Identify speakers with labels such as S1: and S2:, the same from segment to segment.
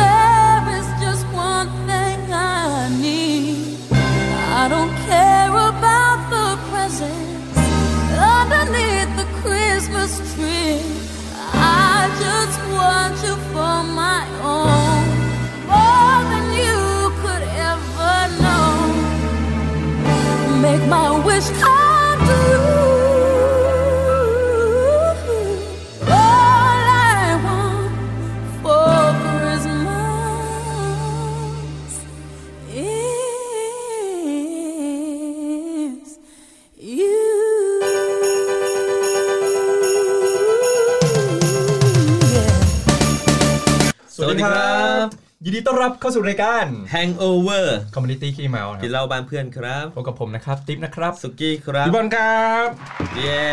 S1: There is just one thing I need. I don't care about the presents underneath the Christmas tree. I just want you for my own, more than you could ever know make my wish come true. All I want for Christmas is you. Yeah.
S2: สวัสดีครับ
S3: ยินดีต้อนรับเข้าสู่รายการ
S2: Hangover
S3: Community ขี้เมานะ
S2: กิ
S3: ครั
S2: น
S3: บ
S2: เหล้าบ้านเพื่อนครับ
S3: พบกับผมนะครับ ติ๊บนะครับ
S2: สุกี้ครับ
S3: พี่บอลครับ
S2: เย้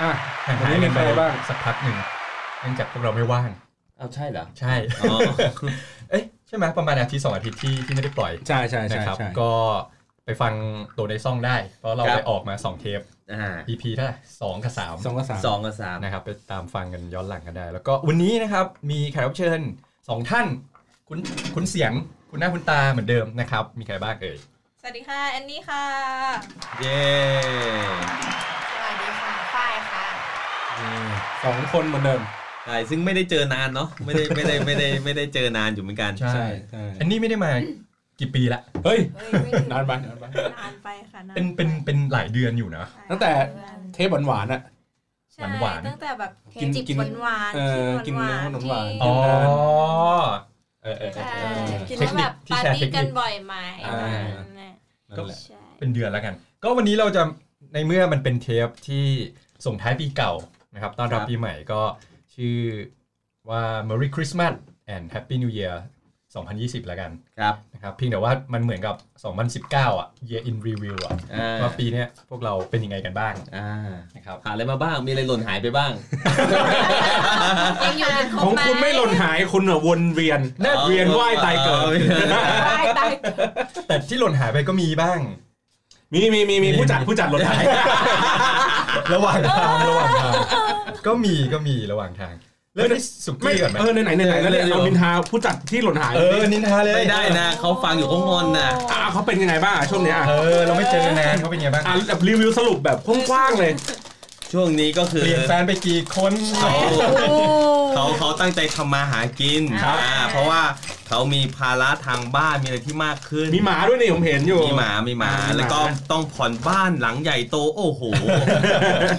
S3: อ่ะห่างหาย
S2: วันนี้เป็
S3: กัน น
S2: ใค
S3: ไป
S2: รบ้า
S3: บ้าง งสักพักหนึ่งเนื่องจากพวกเราไม่ว่าง
S2: เอาใช่เหรอ
S3: ใช่
S2: อ๋อ
S3: เอ๊ะใช่ไหมประมาณอาทิตย์สองอาทิตย์ที่ที่ไม่ได้ปล่อย
S4: ใช่ใช่
S3: นะ
S4: ใช่
S3: ครับ
S4: ใช่
S3: ก็ไปฟังตัวในซ่องได้ เพราะเรา
S2: ครับ
S3: ไปออกมา 2 เทป
S2: อ่า
S3: EP เท่าไหร่สองกับสาม
S4: สองกับสาม
S2: สองกับสาม
S3: นะครับไปตามฟังกันย้อนหลังกันได้ แล้วก็วันนี้นะครับมีแขกรับเชิญสองท่านคุณคุณเสียงคุณหน้าคุณตาเหมือนเดิมนะครับ มีใครบ้างเอ่ย
S5: สวัสดีค่ะ แอนนี่ค่ะ
S2: เย้
S5: สวัสดีค่ะ ฝ้ายค่ะ
S4: สองคนเหมือนเดิม
S2: ใช่ซึ่งไม่ได้เจอนานเนาะ ไม่ได้ไม่ได้ไม่ได้ไม่ได้เจอนานอยู่เหมือนกัน
S3: ใช่
S4: ใช่ใช่
S3: อันนี้ไม่ได้มากี่ปีละ
S4: เฮ้ย
S5: เฮ้ย
S4: นานไปนานไป
S5: นานไปค่ะาไ
S3: เป็นเป็นเป็นหลายเดือนอยู่นะ
S4: ตั้งแต่เทปหวานๆอ่ะ
S5: ใช่
S3: หวานๆ
S5: ตั้งแต่แบบ
S4: กิน
S5: จิบ
S4: กิน
S5: หวาน
S4: เอ
S5: ๆ
S4: อ
S5: ที่หวาน
S4: กิน
S5: ๆ
S4: หวานๆ
S3: อ๋อ
S4: เดือน
S3: เออเออเอ
S5: ใช่
S3: อ
S5: กินแล้วแบบ
S3: เทคนิคที่
S5: ปา
S3: แชร์
S5: ร์ตี้
S3: เทคนิค
S5: กันบ่อยไหม
S4: อ่า
S5: นั่นแหละ
S4: นั่นแหละ
S5: ใช่
S3: เป็นเดือนแล้วกัน ก็วันนี้เราจะในเมื่อมันเป็นเทปที่ส่งท้ายปีเก่านะครับต้อนรับ
S2: ครับ
S3: ปีใหม่ก็ชื่อว่า Merry Christmas and Happy New Year 2020 แล้วกัน
S2: ครับ
S3: นะครับเพียงแต่ว่ามันเหมือนกับ 2019 อ่ะ Year in Review อ่ะ
S2: อ่า
S3: ว่าปีเนี้ยพวกเราเป็นยังไงกันบ้าง
S2: อ่า
S3: นะครับ
S2: ผ่านอะไรมาบ้าง มีอะไรหล่นหายไปบ้าง
S5: ยังอยู่กันครบ
S4: ของ
S5: ไหม
S4: คุณไม่หล่นหายคุณอ่ะวนเวียน
S3: น่า
S2: อ๋อ
S4: เวียนว่ายตายเกิด
S5: ตายตาย
S3: แต่ที่หล่นหายไปก็มีบ้าง
S4: มีมีมีมีผู้จัดผู้จัดหล่นหาย
S3: ระหว่างทางระหว่างทางก็มีก็มีระหว่างทาง เริ่มที่สุ
S4: ไม่
S3: กี้ก่อนไหม
S4: เออไหนไหนไหนไหนแล้วเนี่ย
S2: เดี๋ยว
S4: เราบินทาผู้จัดที่หล่นหาย
S3: เออนินทาเลย
S2: ไม่ได้นะเขาฟังอยู่เขางอนนะ
S4: อ่าเขาเป็นยังไงบ้างอ่ะช่วงเนี้ยอ่ะ
S3: เออ เราไม่เจอกันนานเขาเป็นไงบ้าง
S4: อ่ะแบบรีวิวสรุปแบบกว้างๆเลย
S2: ช่วงนี้ก็คือ
S3: เปลี่ยนแฟนไปกี่คน
S2: เขา
S5: โอ้
S2: เขาเขาตั้งใจทำมาหากิน
S5: ครับ
S2: อ่าเพราะว่าเขามีภาระทางบ้านมีอะไรที่มากขึ้น
S4: มีหมาด้วยนี่ผมเห็นอยู่
S2: มีหมามีหมา
S4: อ่ามีหมา
S2: แล้วก็ต้องผ่อนบ้านหลังใหญ่โตโอ้โห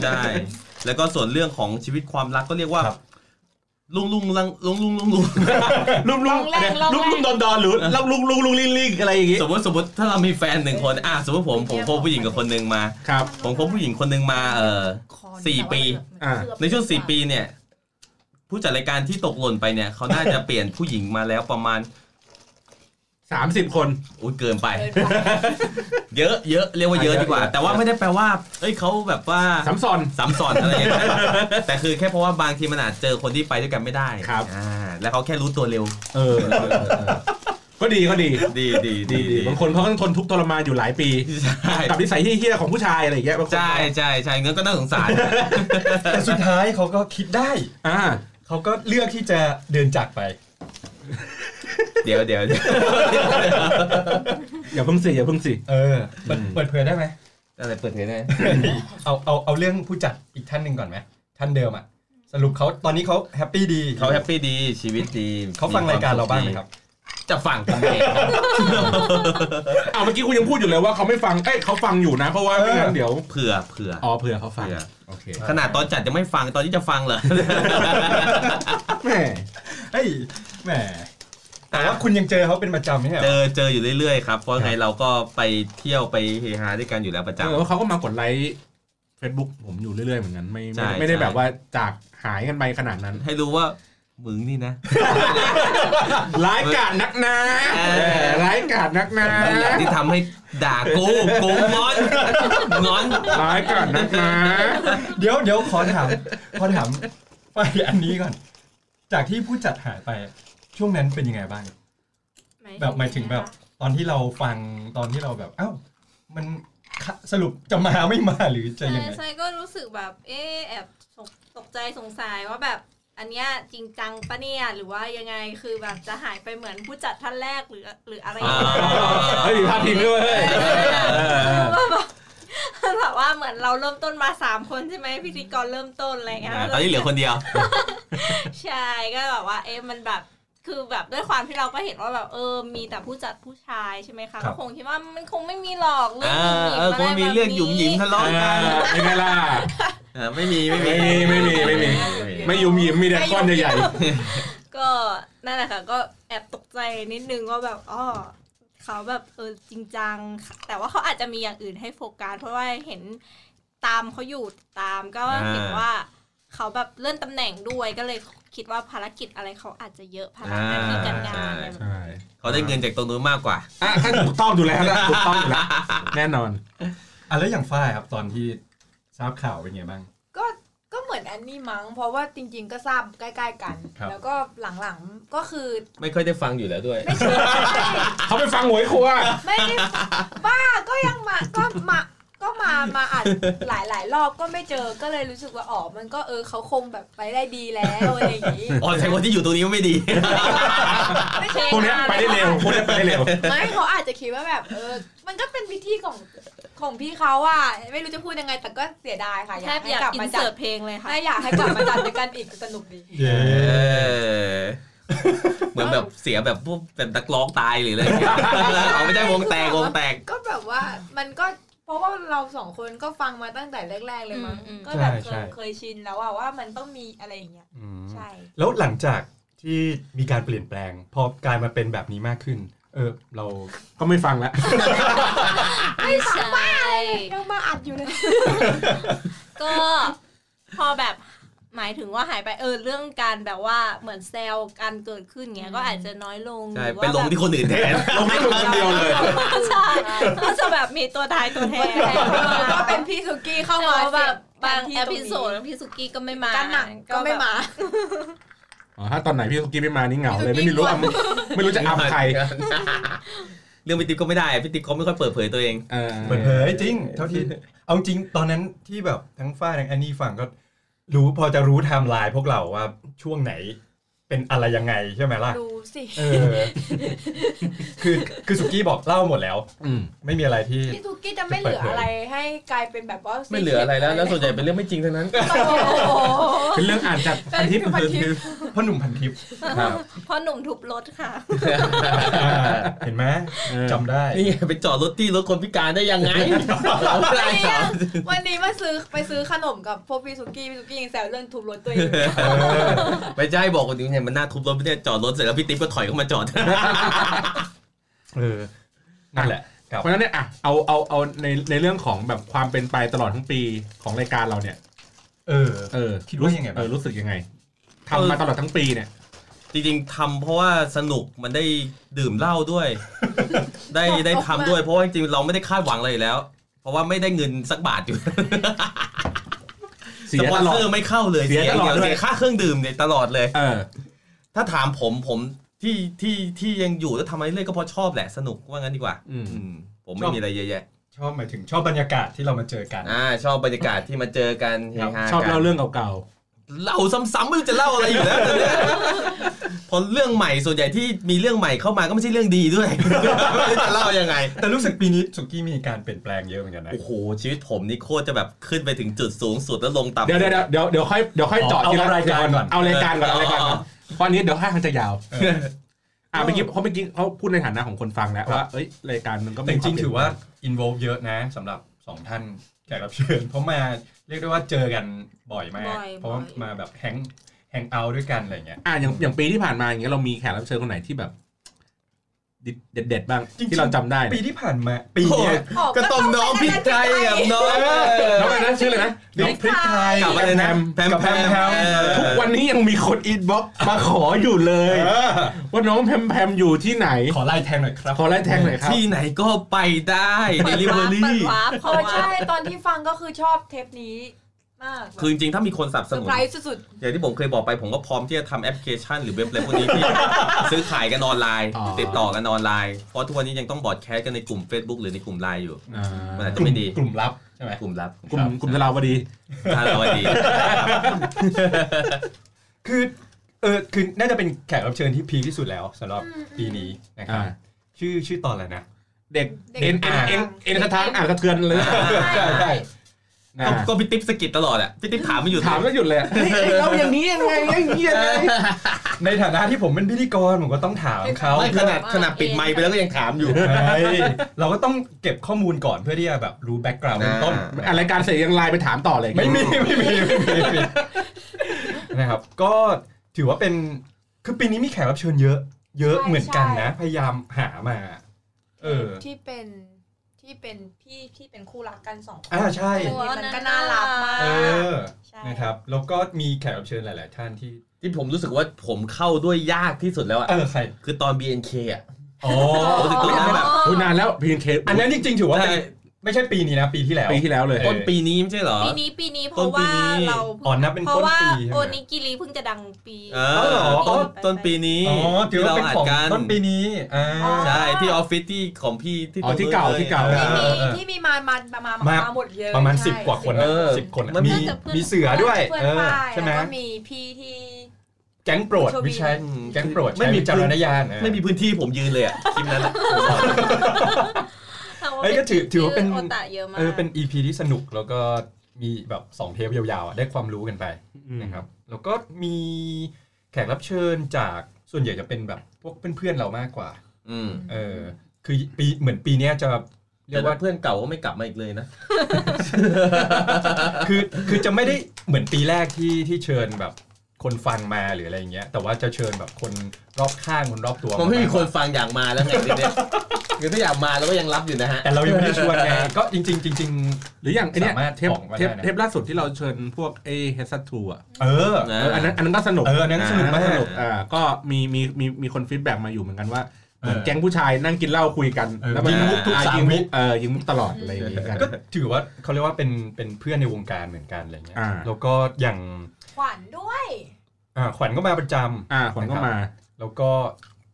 S2: ได้ แล้วก็ส่วนเรื่องของชีวิตความรักก็เรียกว่าลุงลุงลังลุงลุงลุงลุง
S4: ลุมลุม
S5: ลองแรงลองแรง
S4: ลุมลุมดอนดอนหรือลุมลุมลุมลุมลิงลิงอะไรอย่างงี้
S2: สมมติสมมติถ้าเรามีแฟนหนึ่งคนอ่ะสมมติผมผมคบผู้หญิงกับคนหนึ่งมา
S4: ครับ
S2: ผมคบผู้หญิงคนหนึ่งมาเออสี่ปี
S4: อ่า
S2: ในช่วงสี่ปีเนี่ย ผู้จัดรายการที่ตกหล่นไปเนี่ยเขาน่าจะเปลี่ยนผู้หญิงมาแล้วประมาณ
S4: สามสิบคน
S2: อุ้ยเกินไป เยอะเยอะเรียกว่าเยอะ
S4: อ่ะเยอะ
S2: ดีกว่า
S4: เยอะ
S2: แต่ว่าไม่ได้แปลว่าเอ้ยเขาแบบว่า
S4: สามซอน
S2: ซ้ำซ้อนอะไรอย่างเงี้ยแต่คือแค่เพราะว่าบางทีมันอาจเจอคนที่ไปด้วยกันไม่ได้
S4: ครับ
S2: อ่าแล้วเขาแค่รู้ตัวเร็ว
S4: เออ ก็ดีก็ดี
S2: ดีดี
S4: ดี
S2: ดี
S4: ดีบางคนเขาก็ต้องทนทุกข์ทรมานอยู่หลายปี
S2: ใช่
S4: กับนิสัยเฮี้ยๆของผู้ชายอะไรอย่างเงี้ยบางคน
S2: ใช่ใช่ใช่เงินก็น่าสงสาร
S3: แต่สุดท้ายเขาก็คิดได้
S4: อ่า
S3: เขาก็เลือกที่จะเดินจากไป
S2: เดี๋ยวเดี๋ยวเดี๋ยว
S4: อย่าเพิ่งสิอย่าเพิ่งสิ
S3: เออเปิดเปิดเผยได้ไหม
S2: อะไรเปิดเผยได้
S3: เอาเอาเอาเรื่องผู้จัดอีกท่านหนึ่งก่อนไหมท่านเดิมอ่ะสรุปเขาตอนนี้เขาแฮปปี้ดี
S2: เขาแฮปปี้ดีชีวิตดี
S3: เขาฟังรายการเราบ้างไหมครับ
S2: จะฟังทำไม
S4: อ้าวเมื่อกี้คุณยังพูดอยู่เลยว่าเขาไม่ฟัง เอ้ยเขาฟังอยู่นะ เพราะว่าไม่งั้นเดี๋ยว
S2: เผื่อเผื่อ
S4: อ๋อเผื่อเขาฟัง
S2: เผื่อ
S4: โอเค
S2: ขนาดตอนจัดยังไม่ฟังตอนที่จะฟังเหรอ
S4: แม่
S3: เฮ้ยแหมแต่ว่าคุณยังเจอเขาเป็นประจำไม่ใช่เหร
S2: เจ
S3: อ
S2: อเจออยู่เรื่อยๆครับ เพราะไงเราก็ไปเที่ยวไปเฮฮาด้วยกันอยู่แล้วประ
S4: เออ
S2: จำ
S4: ว่าเขาก็มากดไลค์ Facebook ผมอยู่เรื่อยๆเหมือนกัน ไม่
S2: ใช่
S4: ไม่ไม่ได้
S2: ใช่
S4: แบบว่าจากหายกันไปขนาดนั้น
S2: ให้รู้ว่ามึงนี่นะ
S4: ร้ายกาดนักนะ
S2: เออ
S4: เออร้ายกาดนักนะ
S2: นั่นแหละที่ทำให้ด่ากูกูงอนงอน
S4: ร้ายกาดนักนะ
S3: เดี๋ยวเดี๋ยวขอถามขอถามไปอันนี้ก่อน จากที่ผู้จัดหายไปช่วงนั้นเป็นยังไงบ้าง แบบหมายถึงแบบตอนที่เราฟังตอนที่เราแบบ เอ้า มัน สรุปจะมาไม่มาหรือจะยังไง
S5: ใช่ก็รู้สึกแบบ เอ๊ะแอบสงตกใจสงสัยว่าแบบ อันเนี้ยจริงจังปะเนี่ยหรือว่ายังไงคือแบบจะหายไปเหมือนผู้จัดท่านแรกหรือหรืออะไรอย่างเงี้ย
S4: เฮ้ยมีพาดพิงด้วยเฮ้ยเออ
S5: แบบว่าเหมือนเราเริ่มต้นมาสามคนใช่ไหมพิธีกรเริ่มต้นอะไรเงี้ย
S2: อ่าตอนนี้เหลือคนเดียว
S5: ใช่ก็แบบว่าเอ๊ะมันแบบคือแบบด้วยความที่เราก็เห็นว่าแบบเออมีแต่ผู้จัดผู้ชายใช่ไหมคะ
S3: ครั
S5: ก็
S3: บ
S5: คงคิดว่ามันคงไม่มีหรอกเรื่อง
S2: อ่าเออคง
S5: ห
S2: มี
S5: ยิบะไแบบนี้
S2: เรื่องหยุมหยิมทะเลาะกัน
S4: เป็นไงล่ะ
S2: อ่าไม่มีไม่มี
S4: ไม่มีไม่มีไม่มี ไม่ยุมยิมมีแต่ก้อนใหญ่
S5: ก็นั่นแหละค่ะก็แอบตกใจนิดนึงว่าแบบอ๋อเขาแบบเออจริงจังค่ะแต่ว่าเขาอาจจะมีอย่างอื่นให้โฟกัสเพราะว่าเห็นตามเขาอยู่ตามก็เห็นว่าเขาแบบเลื่อนตำแหน่งด้วยก็เลยคิดว่าภารกิจอะไรเขาอาจจะเยอะภารกิจหน้าที่การงานอะไรแบบนี้
S4: ๆใช่
S2: เขาได้เงินจากตรงนู้นมากกว่า
S4: อ่ะก็ถูกต้องอยู่แล้วนะถูกต้องอยู่แล้วแน่นอน
S3: อ่ะแล้วอย่างฝ้ายครับตอนที่ทราบข่าวเป็นไงบ้าง
S6: ก็ก็เหมือนแอนนี่มั้งเพราะว่าจริง ๆ ก็ทราบใกล้ๆกัน
S3: ครับ
S6: แล้วก็หลังๆก็คือ
S2: ไม่ค่อยได้ฟังอยู่แล้วด้วย
S6: ไม่ใช่
S4: เขาไปฟังหวยครัว
S6: ไม่ได้บ้าก็ยังมาก็มาก็มามาอัดหลายๆ รอบก็ไม่เจอก็เลยรู้สึกว่าอ๋อมันก็เออเขาคงแบบไปได้ดีแล้วอะไรอย่างนี้
S2: อ๋อแต่คนที่อยู่ตรงนี้ไม่ดี
S6: ไม่ใช่
S4: พวกเนี้ยไปได้เร็วพวกเนี้ยไปได้เร็ว
S6: ไม่เขาอาจจะคิดว่าแบบเออมันก็เป็นวิธีของของพี่เขาอ่ะไม่รู้จะพูดยังไงแต่ก็เสียดายค่ะอ
S5: แทบ
S6: ยากให้
S5: อยาก
S6: กลับ
S5: อิ
S6: มาน จั
S5: เสิร์
S6: ด
S5: ตเพลงเลยค่ะ
S6: ไม่อยากให้กลับมาจัดด้วยกันอีกสนุกดี
S3: เย้
S2: เออเหมือนแบบเสียแบบพวกแบบนักร้องตายหรืออะไรเงี้ยเอาไม่ได้วงแตกวงแตก
S6: ก็แบบว่ามันก็เพราะว่าเราสองคนก็ฟังมาตั้งแต่แรก ๆ เลยมั้ง
S5: อืมอืม
S6: ก็แบบ
S3: ใช่
S6: เค
S3: ใช่
S6: ยเคยชินแล้วอะว่ามันต้องมีอะไรอย่างเงี้ย
S3: อืม
S6: ใช่
S3: แล้วหลังจากที่มีการเปลี่ยนแปลง พอกลายมาเป็นแบบนี้มากขึ้น เออเรา
S4: ก็ไม่ฟังแล้ว
S5: ไม่ใช่
S6: ยังมาอัดอยู่เลย
S5: ก็พอแบบหมายถึงว่าหายไปเออเรื่องการแบบว่าเหมือนแซลกันเกิดขึ้นเงี้ยก็อาจจะน้อยลง
S2: ใช่
S5: หรือ
S2: ไป
S5: ว่า
S2: ลงที่คนอื่นแทน
S4: ลงให้คนคนเดียวเลย
S5: ใช่ก็จะแบบมีตัวตายตัวแทน
S6: ก็เป็นพี่สุกี้เข้า
S5: เข้ามาแบ
S6: มา
S5: บ
S6: เสีย
S5: บาง
S6: ที่
S5: เอ
S6: ตร
S5: พิโซดพี่สุกี้ก็ไม่มา
S6: การหนังก็ไม่มา
S4: อ๋อถ้าตอนไหนพี่สุกี้ไม่มานี่เหงาเลยไม่มีรู้อำไม่รู้จะอำใคร
S2: เรื่องพี่ติ๊กก็ไม่ได้อะพี่ติ๊กก็ไม่ค่อยเปิดเผยตัวเอง
S4: เออ
S3: เปิดเผยจริง เท่าที่ เอาจริงตอนนั้นที่แบบทั้งฝ้ายทั้งแอนนี่ฟังก็ รู้พอจะรู้ไทม์ไลน์พวกเราว่าช่วงไหนเป็นอะไรยังไงใช่ไหมล่ะ
S6: ดูสิ
S3: เออ คือคือสุกี้บอกเล่าหมดแล้ว
S4: อืม
S3: ไม่มีอะไรที่
S6: พี่สุกี้จะไม่เหลืออะไรให้กลายเป็นแบบว่า
S2: ไม่เหลืออะไรแล้ว แล้วส่วนใหญ่เป็นเรื่องไม่จริงทั้งนั้น
S6: โอ้โห
S4: เป็นเรื่องอ่านจาก
S6: เป็
S4: อั
S6: น
S4: นที่
S6: พันทิป
S3: พ่อหนุ่มพันทิพย์
S4: ครับ
S5: เพราะหนุ่มทุบรถค่ะ
S3: เห็นไหม
S4: เออ
S3: จำได้
S2: นี่ไงไปจอดรถที่รถคนพิการได้ยังไงเอาไม่ได้เหรอ
S6: วันนี้มาซื้อไปซื้อขนมกับพวกพี่สุกี้พี่สุกี้ยังแซวเรื่องทุบรถตัวเอง
S3: เออ
S2: ไม่ใช่บอกคนอื่นเนี่ยมันน่าทุบรถไม่ได้จอดรถเสร็จแล้วพี่ติ๊กก็ถอยเข้า มาจอด
S3: เออนั่นแหละครับ
S4: เพราะฉะนั้นเนี่ยอ่ะเอาเอาเอาในในเรื่องของแบบความเป็นไปตลอดทั้งปีของรายการเราเนี่ย
S3: เออ
S4: เออ
S3: คิดว่ายังไงบ้าง
S4: เออรู้สึกยังไงทำมาตลอดทั้งปีเนี่ย
S2: จริงๆทำเพราะว่าสนุกมันได้ดื่มเหล้าด้วย ได้ได้ทำด้วย เพราะว่าจริงๆเราไม่ได้คาดหวังอะไรอยู่แล้ว เพราะว่าไม่ได้เงินสักบาทอยู่
S4: เสี
S2: ส
S4: ย
S2: ปอ
S4: ต
S2: น
S4: ลอด
S2: เซอร์ไม่เข้าเลย
S4: เสียตลอด
S2: าง
S4: ด้วย
S2: เสียค่าเครื่องดื่มเนี่ยตลอดเลย
S4: เออ
S2: ถ้าถามผมผมที่ที่ที่ยังอยู่แล้วทำอะไรเรื่อยก็เพราะชอบแหละสนุกว่างั้นดีกว่า
S4: อืม
S2: อืมผมไม่มีอะไรเยอะแยะ
S3: ชอบหมายถึงชอบบรรยากาศที่เรามาเจอกัน
S2: อ่าชอบบรรยากาศที่มาเจอกันเฮฮา
S4: ชอบ
S2: กัน
S4: เล่าเรื่องเก่า
S2: เล่าซ้ำๆไม่รู้จะเล่าอะไรอยู่แล้วตอนเนี้ยพอเรื่องใหม่ส่วนใหญ่ที่มีเรื่องใหม่เข้ามาก็ไม่ใช่เรื่องดีด้วยไม่รู้จะเล่ายังไง
S3: แต่รู้สึกปีนี้สุกี้มีการเปลี่ยนแปลงเยอะเหมือนกันนะ
S2: โอ้โห ชีวิตผมนี่โคตรจะแบบขึ้นไปถึงจุดสูงสุดแล้วลง
S4: ๆ
S2: ต่ำ
S4: เดี๋ยวเดี๋ยวเดี๋ยวเดี๋ยวค่อยเดี๋ยวค่อยเจาะ
S3: เอา
S4: ทีละ
S3: เอารายการก่อน
S4: เอารายการก่อนเอารายการก่อนเพราะอันนี้เดี๋ยวค่าทางจะยาว
S3: เออ
S4: อ่าเมื่อกี้เขาะเมื่อกี้เขาพูดในฐานะของคนฟังแล้ว
S3: ครับ
S4: ว่าเอ้ยรายการมันก็
S3: แต่
S4: ไม่
S3: จริงๆถือว่า involve เยอะนะสำหรับสองท่านแขกรับเชิญ เพราะมาเรียกได้ว่าเจอกันบ่อยมาก
S5: บ่อย
S3: เพราะว่า
S5: บ่อย
S3: มาแบบแฮงแฮงเอาด้วยกันอะไรเงี้ย
S4: อ่าอย่างอย่างปีที่ผ่านมาอย่างเงี้ยเรามีแขกรับเชิญคนไหนที่แบบ เด็ดเด็ดๆบ้าง
S3: จริงๆ
S4: ที่เราจำได้
S3: ปีที่ผ่านมาปีเนี้ย
S6: ออก
S2: ก็ต้องน้องพริกไทยกับน้อง
S4: น้องอะไรนะชื่ออะไรนะ
S3: น้องพริกไทย
S2: กลับมาเลยนะแพม
S3: กับ
S2: แพ
S3: แพ
S2: ม
S3: มแพ
S2: แพม
S3: ม
S2: เออ
S4: ทุกวันนี้ยังมีคนอินบ็อกมาขออยู่เลย
S3: เออ
S4: ว่าน้องแพมแพมอยู่ที่ไหน
S3: ขอไล่แทงหน่อยครับ
S4: ขอไล่แทงหน่อยครับ
S2: ที่ไหนก็ไปได้
S5: เปิดวาร์ป
S2: delivery
S5: เปิดวาร์ป
S6: เอ
S5: เขา
S6: อ
S5: ว่า
S6: ใช่ตอนที่ฟังก็คือชอบเทปนี้ มากแบบ
S2: คือจริงๆถ้ามีคนสนับ
S6: เซ
S2: ส
S6: อร์
S2: นุ
S6: ไพ
S2: น
S6: รส์สุด
S2: อย่างที่ผมเคยบอกไปผมก็พร้อมที่จะทำแอปพลิเคชันหรือเว็บอะไรพวกนี้ที่ ซื้อขายกันออนไลน์
S4: อ๋อ
S2: ติดต่อกันออนไลน์ เพราะทุกวันนี้ยังต้องบอร์ดแคสต์กันในกลุ่ม Facebook หรือในกลุ่มไลน์อยู่
S4: อ่า
S2: มันอาจ
S3: ก
S2: จะ
S3: ลุ่ม
S2: ไม่ดี
S3: กลุ่มลับใช่ไหม
S2: กลุ่มลับ
S4: กลุ่มกลุ่มธาราวดี
S2: ถ้าเราดี
S3: คือเออคือน่าจะเป็นแขกรับเชิญที่พีคที่สุดแล้วสำหรับปีนี้นะครับ
S4: อ่า
S3: ชื่อชื่อตอนอะไรนะ
S4: เด็ก
S6: ๆ
S4: เอ็น
S6: ด็
S4: เอ็
S6: ก
S4: นเอ็นเอ็นกระทางอ่านกระเทือนเลย
S2: อ่า
S3: ใช่ใช่
S4: อ่า
S2: ก็พี่ติ๊บสะกิดตลอดอ่ะพี่ติ๊บถามไม่อยู่
S4: ถามแล้วหยุดเลยอะเฮ้ยเอ้ยเราอย่างนี้ยังไงเอ้ยอย่างนี้ยังไง
S3: ในฐานะที่ผมเป็นพิธีกรผมก็ต้องถามเขา
S2: ไม่ขนาดขนาดปิดไมค์ไปแล้วก็ยังถามอยู่
S3: เฮ้ยเราก็ต้องเก็บข้อมูลก่อนเพื่อที่จะแบบรู้แบ็กกราวด์เบื้องต้น
S2: อ่า
S4: อะไรายการเสร็จยังไลน์ไปถามต่อเลย
S3: ไม่มี ไม่มีไม่มีไม่มีนะครับ ก็ถือว่าเป็นคือปีนี้มีแขกรับเชิญเยอะ เยอะเหมือนกันนะ พยายามหามา เออ
S6: ที่เป็นที่เป็นพี่ที่เป็นคู่รักกันสองคน
S3: อ่าใช่
S6: มันก็น่ารักมา
S3: เอก อ
S6: ใช่
S3: นะครับ แล้วก็มีแขกรับเชิญหลาย ๆ ท่านที่
S2: ที่ผมรู้สึกว่าผมเข้าด้วยยากที่สุดแล้วอ่ะ
S3: เออ ใคร
S2: คือตอน BNK อ่ะ
S3: อ๋อ
S2: ผมรู้สึกตัวนั้นแบบ
S4: อุ๊ยนานแล้วพีนเค
S3: อันนั้นจริง ๆ ถือว่าเป็น
S2: ใช่
S3: ไม่ใช่ปีนี้นะ ปีที่แล้ว
S4: ปีที่แล้วเลย
S3: เออ
S2: ต้นปีนี้ไม่ใช่เหรอ
S5: ปีนี้ปีนี้เพ
S2: ต้น
S5: ราะ
S2: ปี
S5: ว่า
S2: นี้
S5: เรา
S3: อ๋อนับเป็น
S5: เพ
S3: ต้
S5: ราะ
S3: น
S5: ว่า
S3: ปีใช่
S5: โอ
S3: ไหม
S5: นิกิริเพิ่งจะดังปี
S2: เอ
S3: อ๋อเหรอ
S2: อต้นต้นปีนี้
S3: อ๋อ ถือว่า
S2: ที่เรา
S3: เป็น
S2: อัด
S3: ของ
S2: กัน
S3: ต้นปีนี้ อ่า
S2: ใช่ที่ออฟฟิศที่ของพี่ที่
S4: อ๋อที่เก่า
S2: ตรงนู้นลย
S4: ที่เก่า
S2: อ
S6: ที่
S2: อ
S6: มี
S3: เออ
S6: ที่มีมามามามา
S3: มา
S6: มาหมดเลย
S3: ประมาณ
S6: ใช่
S3: สิบกว่าคนนะ
S2: เออ
S3: สิบคนนะ
S2: มันมี
S3: มี มีเสือด้วย
S6: เพื่อน
S3: เออ
S6: ฝ่าย
S3: ใช่ไหม
S6: แล้วก็มีพี่ที่
S3: แก๊งโปรดวิชัย
S2: อืม
S3: แก๊งโปรด
S2: ไม่
S3: ไม่
S2: มี
S3: มีจารณญาณนะ
S2: ไม่มีพื้นที่ผมยืนเลยอ่ะคลิปนั้นอะ
S5: ทั้งว่า
S3: เอ้ยก็ถือถือว่าเป็น
S5: โอตะเยอะมาก
S3: เออเป็น EP ที่สนุกแล้วก็มีแบบสองเทปยาวๆอ่ะได้ความรู้กันไปนะครับแล้วก็มีแขกรับเชิญจากส่วนใหญ่จะเป็นแบบพวกเพื่อนๆเรามากกว่า
S2: อืม
S3: เออคือปีเหมือนปีเนี้ยจะเรี
S2: แต่
S3: ยก
S2: ว่า
S3: ว่า
S2: เพื่อนเก่าก็ไม่กลับมาอีกเลยนะ
S3: คือคือจะไม่ได้เหมือนปีแรกที่ที่เชิญแบบคนฟังมาหรืออะไรอย่างเงี้ยแต่ว่าจะเชิญแบบคนรอบข้างคนรอบตัว
S2: มันไม่มีคนฟังอยากมาแล้วไงทีเนี้ยคือถ้าอยากมาเราก็ยังรับอยู่นะฮะ
S3: แต่เรายังไม่ได้ชวนไงก็จริง ๆ จริง
S4: หรืออย่างไอเนี้ย
S3: สามารถ
S4: เทป
S3: บอกมา
S4: เทป
S3: ได้นะ
S4: เทปล่าสุดที่เราเชิญพวกไอเฮสัตทูอ่ะ
S3: ๆ เออ
S2: นะ
S4: เอออันนั้นอันนั้นก็สนุก
S3: เอออันนั้นสนุกมาก
S4: อัอ่าก็มีมีมีมีคนฟีดแบ็กมาอยู่เหมือนกันว่า
S3: เออ
S4: เหมือนแก๊งผู้ชายนั่งกินเหล้าคุยกัน
S3: เออ
S4: แล้วมัน
S2: ยิงมุกทุก
S4: อ่
S2: สาม
S4: ยิง
S3: วิ
S4: มุกเออยิงมุกตลอดอะไรอย่างเงี้ย
S3: ก็ถือว่าเขาเรียกว่าเป็นเป็นเพื่อนในวงการเหมือนกันอะไรเงี้ย
S4: อ่า
S3: แล้วก็อย่าง
S6: ขวัญด้วย
S3: อ่าขวัญก็มาประจำ
S4: อ่าขวัญก็มา
S3: แล้วก็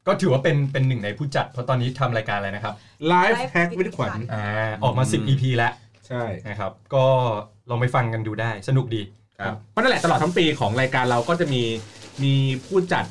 S3: ก็ถือว่าเป็นเป็นหนึ่งในผู้จัด เพราะตอนนี้ทำรายการอะไรนะครับ
S4: ไลฟ์แฮกวิดขวัญ
S3: อ่าออกมา
S2: อืม
S3: 10 EP แล้ว
S4: ใช่
S3: นะครับ ก็ลองไปฟังกันดูได้สนุกดี
S4: ครับเพราะนั่นแหละตลอดทั้งปีของรายการเราก็จะมีมีผู้จัด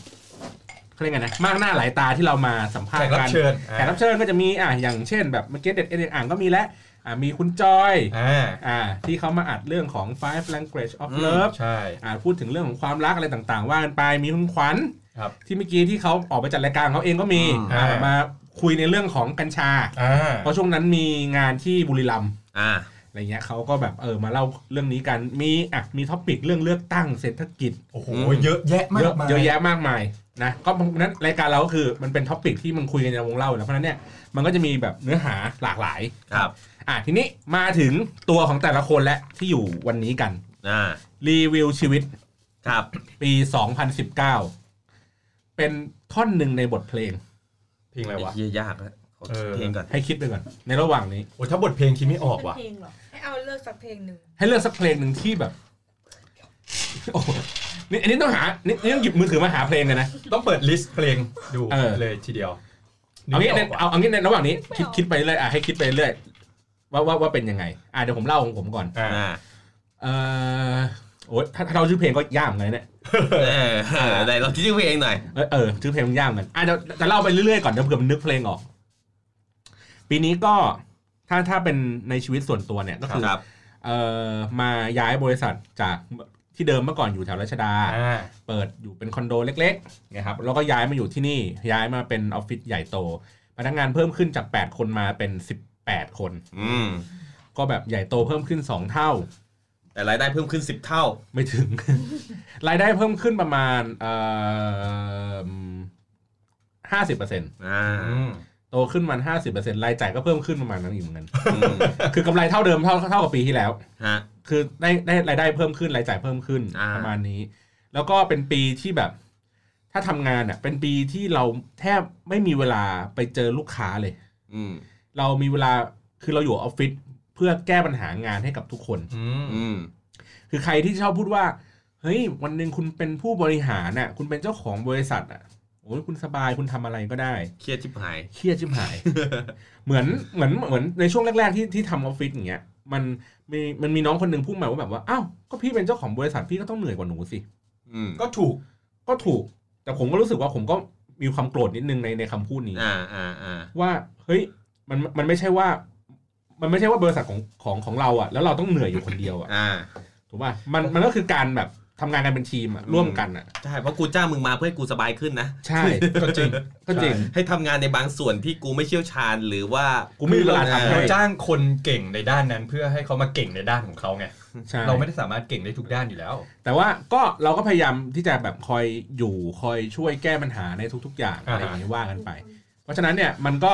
S4: เขาเรียกไงนะมากหน้าหลายตาที่เรามาสัมภาษ
S3: แข
S4: ณ์
S3: กรับ
S4: กัน
S3: เชิญ
S4: แขกรับเชิญก็จะมีอ่ะอย่างเช่นแบบเมื่อกี้เด็ดเอ็นอ่างก็มีแล้วอ่ะมีคุณจอย
S3: อ่า
S4: อ่ะที่เขามาอัดเรื่องของ five language of love
S3: ใช่
S4: อ่ะพูดถึงเรื่องของความรักอะไรต่างๆ ว่ากันไปมีคุณขวัญ
S3: ครับ
S4: ที่เมื่อกี้ที่เขาออกไปจัดรายการเขาเองก็มี
S2: อืม
S4: อ่ะ
S3: อ่าม
S4: มาคุยในเรื่องของกัญชา
S3: อ่า
S4: เพราะช่วงนั้นมีงานที่บุรีรัมย์
S2: อ่า
S4: อะไรเงี้ยเขาก็แบบเออมาเล่าเรื่องนี้กันมีอ่ะมีท็อปิกเรื่องเลือกตั้งเศรษฐกิจ
S3: โอ้โห
S2: อืม
S3: เยอะแยะมา
S4: เยอะ
S3: กมาย
S4: เยอะแยะมากมายนะก็เพราะฉะนั้นรายการเราก็คือมันเป็นท็อปิกที่มันคุยกันในวงเล่าอยู่แล้วเพราะฉะนั้นเนี่ยมันก็จะมีแบบเนื้อหาหลากหลาย
S2: ครับ
S4: อ่ะทีนี้มาถึงตัวของแต่ละคนและที่อยู่วันนี้กัน
S2: อ่า
S4: รีวิวชีวิต
S2: ครับ
S4: ปี 2019 เป็นท่อนหนึ่งในบทเพลง
S3: เพลงอะไร
S2: ไอ้
S3: วะ
S2: เหี้ยยากนะขอ
S3: เออ
S2: เพลงก่อน
S4: ให้คิดไปก่อน ในระหว่างนี้
S3: โอ้ถ้าบทเพลงคิดไม่ออกว่ะ
S6: เพลงเหรอให้เอาเลือกสักเพลงหนึ่ง
S4: ให้เลือกสักเพลงหนึ่งที่แบบโอ้โหนี่อันนี้ต้องหานี่นี่ต้องหยิบมือถือมาหาเพลงกันนะ
S3: ต้องเปิดลิสต์เพลงดู
S4: เออ
S3: เลยทีเดียว
S4: เอางี้
S3: นึก
S4: ใน
S3: ไม่กว่ะ
S4: เอาเอางี้ในระหว่างนี้คิดคิดไปเรื่อยอ่ะให้คิดไปเรื่อยว่าว่าว่าเป็นยังไง อ่ะเดี๋ยวผมเล่าของผมก่อน
S3: อ่า
S2: อ่า
S4: เอ่อโอ้ยถ้าถ้าเราชื่อเพลงก็ยากเหมือนกันเนี่ย
S2: เออเออไหนเราคิดชื่อเพลงหน่อย
S4: เออเออชื่อเพลงมันยากเหมือนกันอ่ะเดี๋ยวจะเล่าไปเรื่อยๆก่อนเดี๋ยวเผื่อมันนึกเพลงออก ปีนี้ก็ถ้าถ้าเป็นในชีวิตส่วนตัวเนี่ยก็คือ
S2: ครับ
S4: เออมาย้ายบริษัทจากที่เดิมเมื่อก่อนอยู่แถวรัชดา
S3: อ่า
S4: เปิดอยู่เป็นคอนโดเล็กๆนะครับแล้วก็ย้ายมาอยู่ที่นี่ย้ายมาเป็นออฟฟิศใหญ่โตพนักงานเพิ่มขึ้นจาก 8 คนมาเป็น 18 คน
S2: อืม
S4: ก็แบบใหญ่โตเพิ่มขึ้น 2 เท่า
S2: แต่รายได้เพิ่มขึ้น 10 เท่า
S4: ไม่ถึง รายได้เพิ่มขึ้นประมาณเอ่อห้าสิบเปอร์เซ็นต
S2: อ่า
S3: อืม
S4: โตขึ้นมันห้าสิบเปอร์เซ็นต์รายจ่ายก็เพิ่มขึ้นประมาณนั้นอีกเหมือน กัน
S2: อืม
S4: คือกำไรเท่าเดิมเท่าเท่ากับปีที่แล้ว
S2: ฮะ
S4: คือได้ได้รายได้เพิ่มขึ้นรายจ่ายเพิ่มขึ้น
S2: อ่า
S4: ประมาณนี้ แล้วก็เป็นปีที่แบบ ถ้าทำงานอ่ะ เป็นปีที่เราแทบไม่มีเวลาไปเจอลูกค้าเลย
S2: อืม
S4: เรามีเวลาคือเราอยู่ออฟฟิศเพื่อแก้ปัญหางานให้กับทุกคน
S3: อืม
S2: อืม
S4: ข คือใครที่ชอบพูดว่าเฮ้ยวันหนึ่งคุณเป็นผู้บริหารน่ะคุณเป็นเจ้าของบริษัทอ่ะโอ้ยคุณสบายคุณทำอะไรก็ได้
S2: เครียดชิบหาย
S4: เครียดชิบหาย เหมือนเหมือนเหมือนในช่วงแรก ๆ ที่ที่ทำออฟฟิศอย่างเงี้ย มันมีมันมีน้องคนหนึ่งพูดมาว่าแบบว่าอ้าวก็พี่เป็นเจ้าของบริษัทพี่ก็ต้องเหนื่อยกว่าหนูสิ
S2: อืม
S3: ก็ถูก
S4: ก็ถูก แต่ผมก็รู้สึกว่าผมก็มีความโกรธนิดนึงในในคำพูดนี้
S2: อ่าอ่าอ่า
S4: ว่าเฮ้ยมันมันไม่ใช่ว่า มันไม่ใช่ว่าบริษัทของของของเราอ่ะแล้วเราต้องเหนื่อยอยู่คนเดียวอ่ะ
S2: อ่า
S4: ถูกป่ะมันมันก็คือการแบบทำงานกันเป็นทีมอ่ะร่วมกันอ่ะ
S2: ใช่เพราะกูจ้างมึงมาเพื่อให้กูสบายขึ้นนะ
S4: ใช่
S3: ก็จริง
S4: ก็จริง
S2: ให้ทำงานในบางส่วนที่กูไม่เชี่ยวชาญหรือว่า
S4: กูไม่มีเวลาทำ
S3: เรา
S4: ให้
S3: จ้างคนเก่งในด้านนั้น เพื่อให้เขามาเก่งในด้านของเขาไง
S4: ใช่
S3: เราไม่ได้สามารถเก่งได้ทุกด้านอยู่แล้ว
S4: แต่ว่าก็เราก็พยายามที่จะแบบคอยอยู่คอยช่วยแก้ปัญหาในทุก ๆ อย่าง
S3: อ่าฮะ
S4: อะไรอย่างนี้ว่ากันไป เพราะฉะนั้นเนี่ยมันก็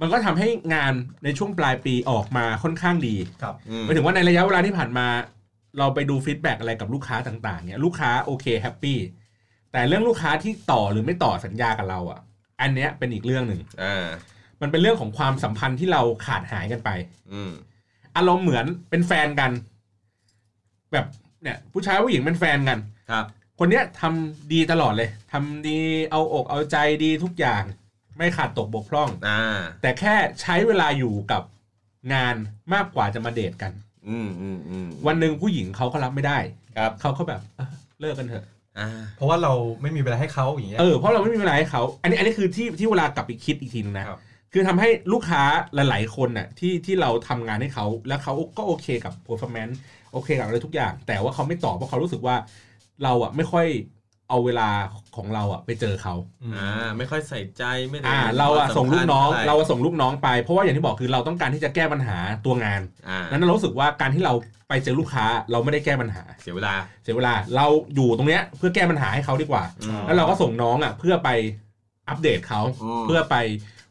S4: มันก็ทำให้งานในช่วงปลายปีออกมาค่อนข้างดี
S2: อืม
S4: หมายถึงว่าในระยะเวลาที่ผ่านมา เราไปดูฟีดแบ็กอะไรกับลูกค้าต่างๆเนี่ยลูกค้าโอเคแฮปปี้แต่เรื่องลูกค้าที่ต่อหรือไม่ต่อสัญญากับเราอ่ะ อันเนี้ยเป็นอีกเรื่องหนึ่ง
S2: อ่า
S4: มันเป็นเรื่องของความสัมพันธ์ที่เราขาดหายกันไป
S2: อืม
S4: อารมณ์เหมือนเป็นแฟนกัน แบบเนี่ยผู้ชายผู้หญิงเป็นแฟนกัน
S2: ครับ
S4: คนเนี้ยทำดีตลอดเลยทำดีเอาอกเอาใจดีทุกอย่าง ไม่ขาดตกบกพร่อง
S2: อ่า
S4: แต่แค่ใช้เวลาอยู่กับงานมากกว่าจะมาเดทกัน
S2: อืมอืมอืม
S4: วันหนึ่งผู้หญิงเขาก็รับไม่ได้
S2: ครับ
S4: เขาก็แบบเออเลิกกันเถอะ
S2: อ่า
S3: เพราะว่าเราไม่มีเวลาให้เขาอย่างเงี้ย
S4: เออเพราะเราไม่มีเวลาให้เขาอันนี้อันนี้คือที่ที่เวลากลับไปคิดอีกทีนึงนะครับ คือทำให้ลูกค้าหลาย ๆ คนน่ะที่ที่เราทำงานให้เขาแล้วเขาก็โอเคกับ performance โอเคกับอะไรทุกอย่าง แต่ว่าเขาไม่ตอบเพราะเขารู้สึกว่าเราอ่ะไม่ค่อยเอาเวลาของเราอ่ะไปเจอเขา
S3: อืม
S2: อ่า ไม่ค่อยใส่ใจไม่ได้
S4: อ่าเราอะส่งลูกน้อง
S2: ท่ไห
S4: เราอะส่งลูกน้องไป เพราะว่าอย่างที่บอกคือเราต้องการที่จะแก้ปัญหาตัวงาน
S2: อ่า
S4: นั้นเรารู้สึกว่าการที่เราไปเจอลูกค้าเราไม่ได้แก้ปัญหา
S2: เสียเวลา
S4: เสียเวลาเราอยู่ตรงเนี้ยเพื่อแก้ปัญหาให้เขาดีกว่า
S2: อืม
S4: แล้วเราก็ส่งน้องอะเพื่อไปอัปเดตเขา
S2: อืม
S4: เพื่อไป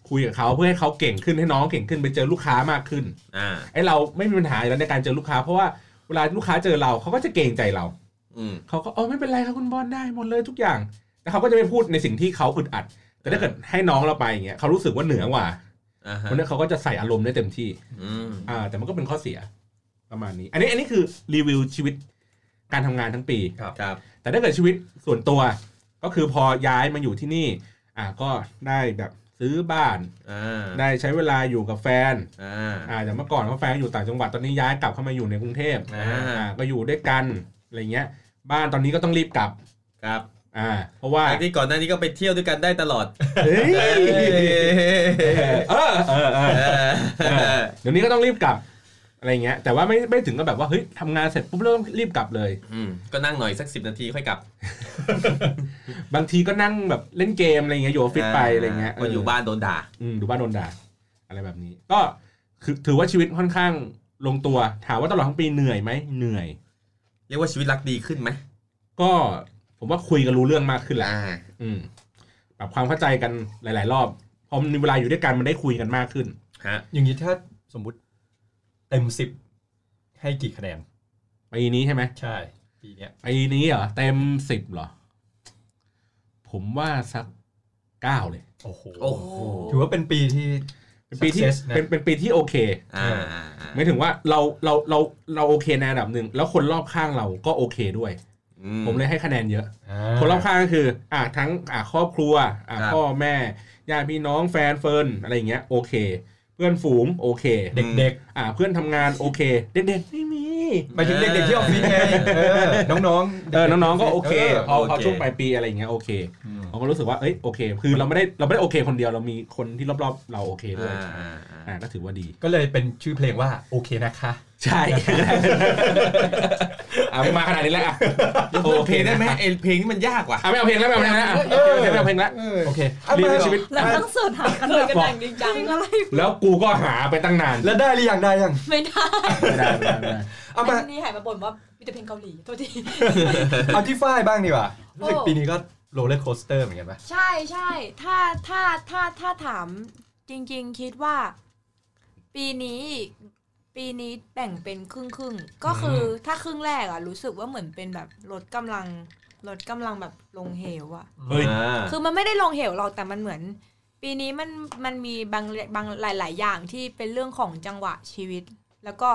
S4: คุยกับเขาเพื่อให้เขาเก่งขึ้นให้น้องเก่งขึ้นไปเจอลูกค้ามากขึ้น
S2: อ่า
S4: ไอ้เราไม่มีปัญหาอยู่แล้วในการเจอลูกค้า เพราะว่าเวลาลูกค้าเจอเราเขาก็จะเกรงใจเรา
S2: อืม
S4: เขาก็เออไม่เป็นไรครับคุณบอลได้หมดเลยทุกอย่างแต่เขาก็จะไม่พูดในสิ่งที่เขาอึดอัด แต่ถ้าเกิดให้น้องเราไปอย่างเงี้ยเขารู้สึกว่าเหนือกว่า
S2: อ่าฮะ
S4: วันนี้เขาก็จะใส่อารมณ์ได้เต็มที่
S2: อืม
S4: อ่า แต่มันก็เป็นข้อเสียประมาณนี้ อันนี้อันนี้คือรีวิวชีวิตการทำงานทั้งปี
S2: ครับ
S4: แต่ถ้าเกิดชีวิตส่วนตัว ก็คือพอย้ายมาอยู่ที่นี่ อ่าก็ได้แบบซื้อบ้าน
S2: อ่า
S4: ได้ใช้เวลาอยู่กับแฟน
S2: อ่า
S4: อ่าแต่เมื่อก่อนเขาแฟนก็อยู่ต่างจังหวัด ตอนนี้ย้ายกลับเข้ามาอยู่ในกรุงเทพ
S2: อ่า
S4: ก็อยู่ด้วยกันอะไรเงี้ย บ้านตอนนี้ก็ต้องรีบกลับ
S2: ครับ
S4: อ่า เพราะว่า
S2: จากที่ก่อนหน้านี้ก็ไปเที่ยวด้วยกันได้ตลอด
S4: เฮ้ย
S2: เอ้ย
S4: เออเออเออ
S2: เออ
S4: เดี๋ยวนี้ก็ต้องรีบกลับอะไรเงี้ยแต่ว่าไม่ไม่ถึงกับแบบว่าเฮ้ยทำงานเสร็จปุ๊บเริ่มรีบกลับเลย
S2: อืมก็นั่งหน่อยสักสิบนาทีค่อยกลับบ
S4: างทีก็นั่งแบบเล่นเกมอะไรเงี้ยอยู่ออฟฟิศไปอะไรเงี้ย
S2: ก็อยู่บ้านโดนด่า
S4: อืมอยู่บ้านโดนด่าอะไรแบบนี้ ก็คือถือว่าชีวิตค่อนข้างลงตัวถามว่าตลอดทั้งปีเหนื่อยไหมเหนื่อย
S2: เรียกว่าชีวิตรักดีขึ้นไหม
S4: ก็ผมว่าคุยกันรู้เรื่องมากขึ้นแหละ
S2: อ่า
S4: อืมปรับความเข้าใจกันหลาย ๆ รอบพอมีเวลาอยู่ด้วยกันมันได้คุยกันมากขึ้น
S2: ฮะ
S3: อย่างนี้ถ้าสมมุติเต็มสิบให้กี่คะแนน
S4: ปีนี้ใช่ไหม
S3: ใช่ปีเนี้ย
S4: ปีนี้เหรอเต็มสิบเหรอ ผมว่าสักเก้าเลย
S3: โอ้โห
S2: โอ้โห
S3: ถือว่าเป็นปีที่
S4: เป็นปีที่
S3: Success นะ
S4: เป็นเป็นปีที่โอเค
S2: อ่าอ่าอ่า
S4: หมายถึงว่าเราเราเราเราโอเคในระดับหนึ่งแล้วคนรอบข้างเราก็โอเคด้วย
S2: อื
S4: ผมเลยให้คะแนนเยอะ
S3: อ่า
S4: คนรอบข้างก็คือ อ่ะทั้งอ่ะครอบครัวอ่ะ
S2: ครับ
S4: พ่อแม่ญาติพี่น้องแฟนเฟิร์นอะไรอย่างเงี้ยโอเค เพื่อนฝูงโอเค
S3: เด็ก
S4: อ่ะเพื่อนทำงานโอเค เด็กๆไม่มี
S3: ๆหมายถึงเด็กๆที่ออฟฟิศไงเออน้องๆ
S4: เออน้องๆก็โอเคพอพอ
S2: โอเค
S4: ช่วงปลายปีอะไรอย่างเงี้ยโอเค
S3: อืม
S4: เราก็รู้สึกว่าเอ้ยโอเค คือเราไม่ได้เราไม่ได้โอเคคนเดียวเรามีคนที่รอบๆ เราโอเคด้วย
S2: อ่าอ่าอ่า
S4: อ่ะก็ถือว่าดี
S3: ก็เลยเป็นชื่อเพลงว่าโอเคนะคะ
S4: ใช่ อ่ะไม่มาขนาดนี้แล้วอ่ะโอเคได้
S2: ได้
S4: ไห
S2: ไห
S4: ม
S2: มเอเพลงนี้มันยากว่ะ
S4: อ่ะไม่เอาเพลงแล้วไม่เอาเพลงแล้วอ่ะ
S3: เออ
S4: ไม่เอาเพลงแล้ว
S3: โอเค
S4: เรียนชีวิต
S5: แล้วต้องเสิร์ชหากันเลยกันอย่างจริงจังอะไร
S4: แล้วกูก็หาไปตั้งนาน
S3: แล้วได้หรือยังได้ยัง
S5: ไม่ได้
S4: ไม่ได้ไม่ได้ไม่ได้
S3: เอามา
S6: อันนี้หายมาบ่นว่ามีแต่เพลงเกาหลีโทษที
S3: เอาที่ฝ้ายบ้างดีกว่า
S6: โอ้
S3: รู้สึกปีนี้ก็โรลเลอร์โคสเตอร์เหมือนกันปะ
S6: ใช่ใช่ถ้าถ้าถ้าถ้าถามจริง ๆ คิดว่า ปีนี้ ปีนี้แบ่งเป็นครึ่งครึ่งๆก็คืออถ้าครึ่งแรกอะรู้สึกว่าเหมือนเป็นแบบลดกำลังลดกำลังแบบลงเหวอะ
S4: เฮ้ย
S6: คือมันไม่ได้ลงเหวหรอกแต่มันเหมือน ปีนี้มันมันมีบางบางหลาย ๆ อย่างที่เป็นเรื่องของจังหวะชีวิต แล้วก็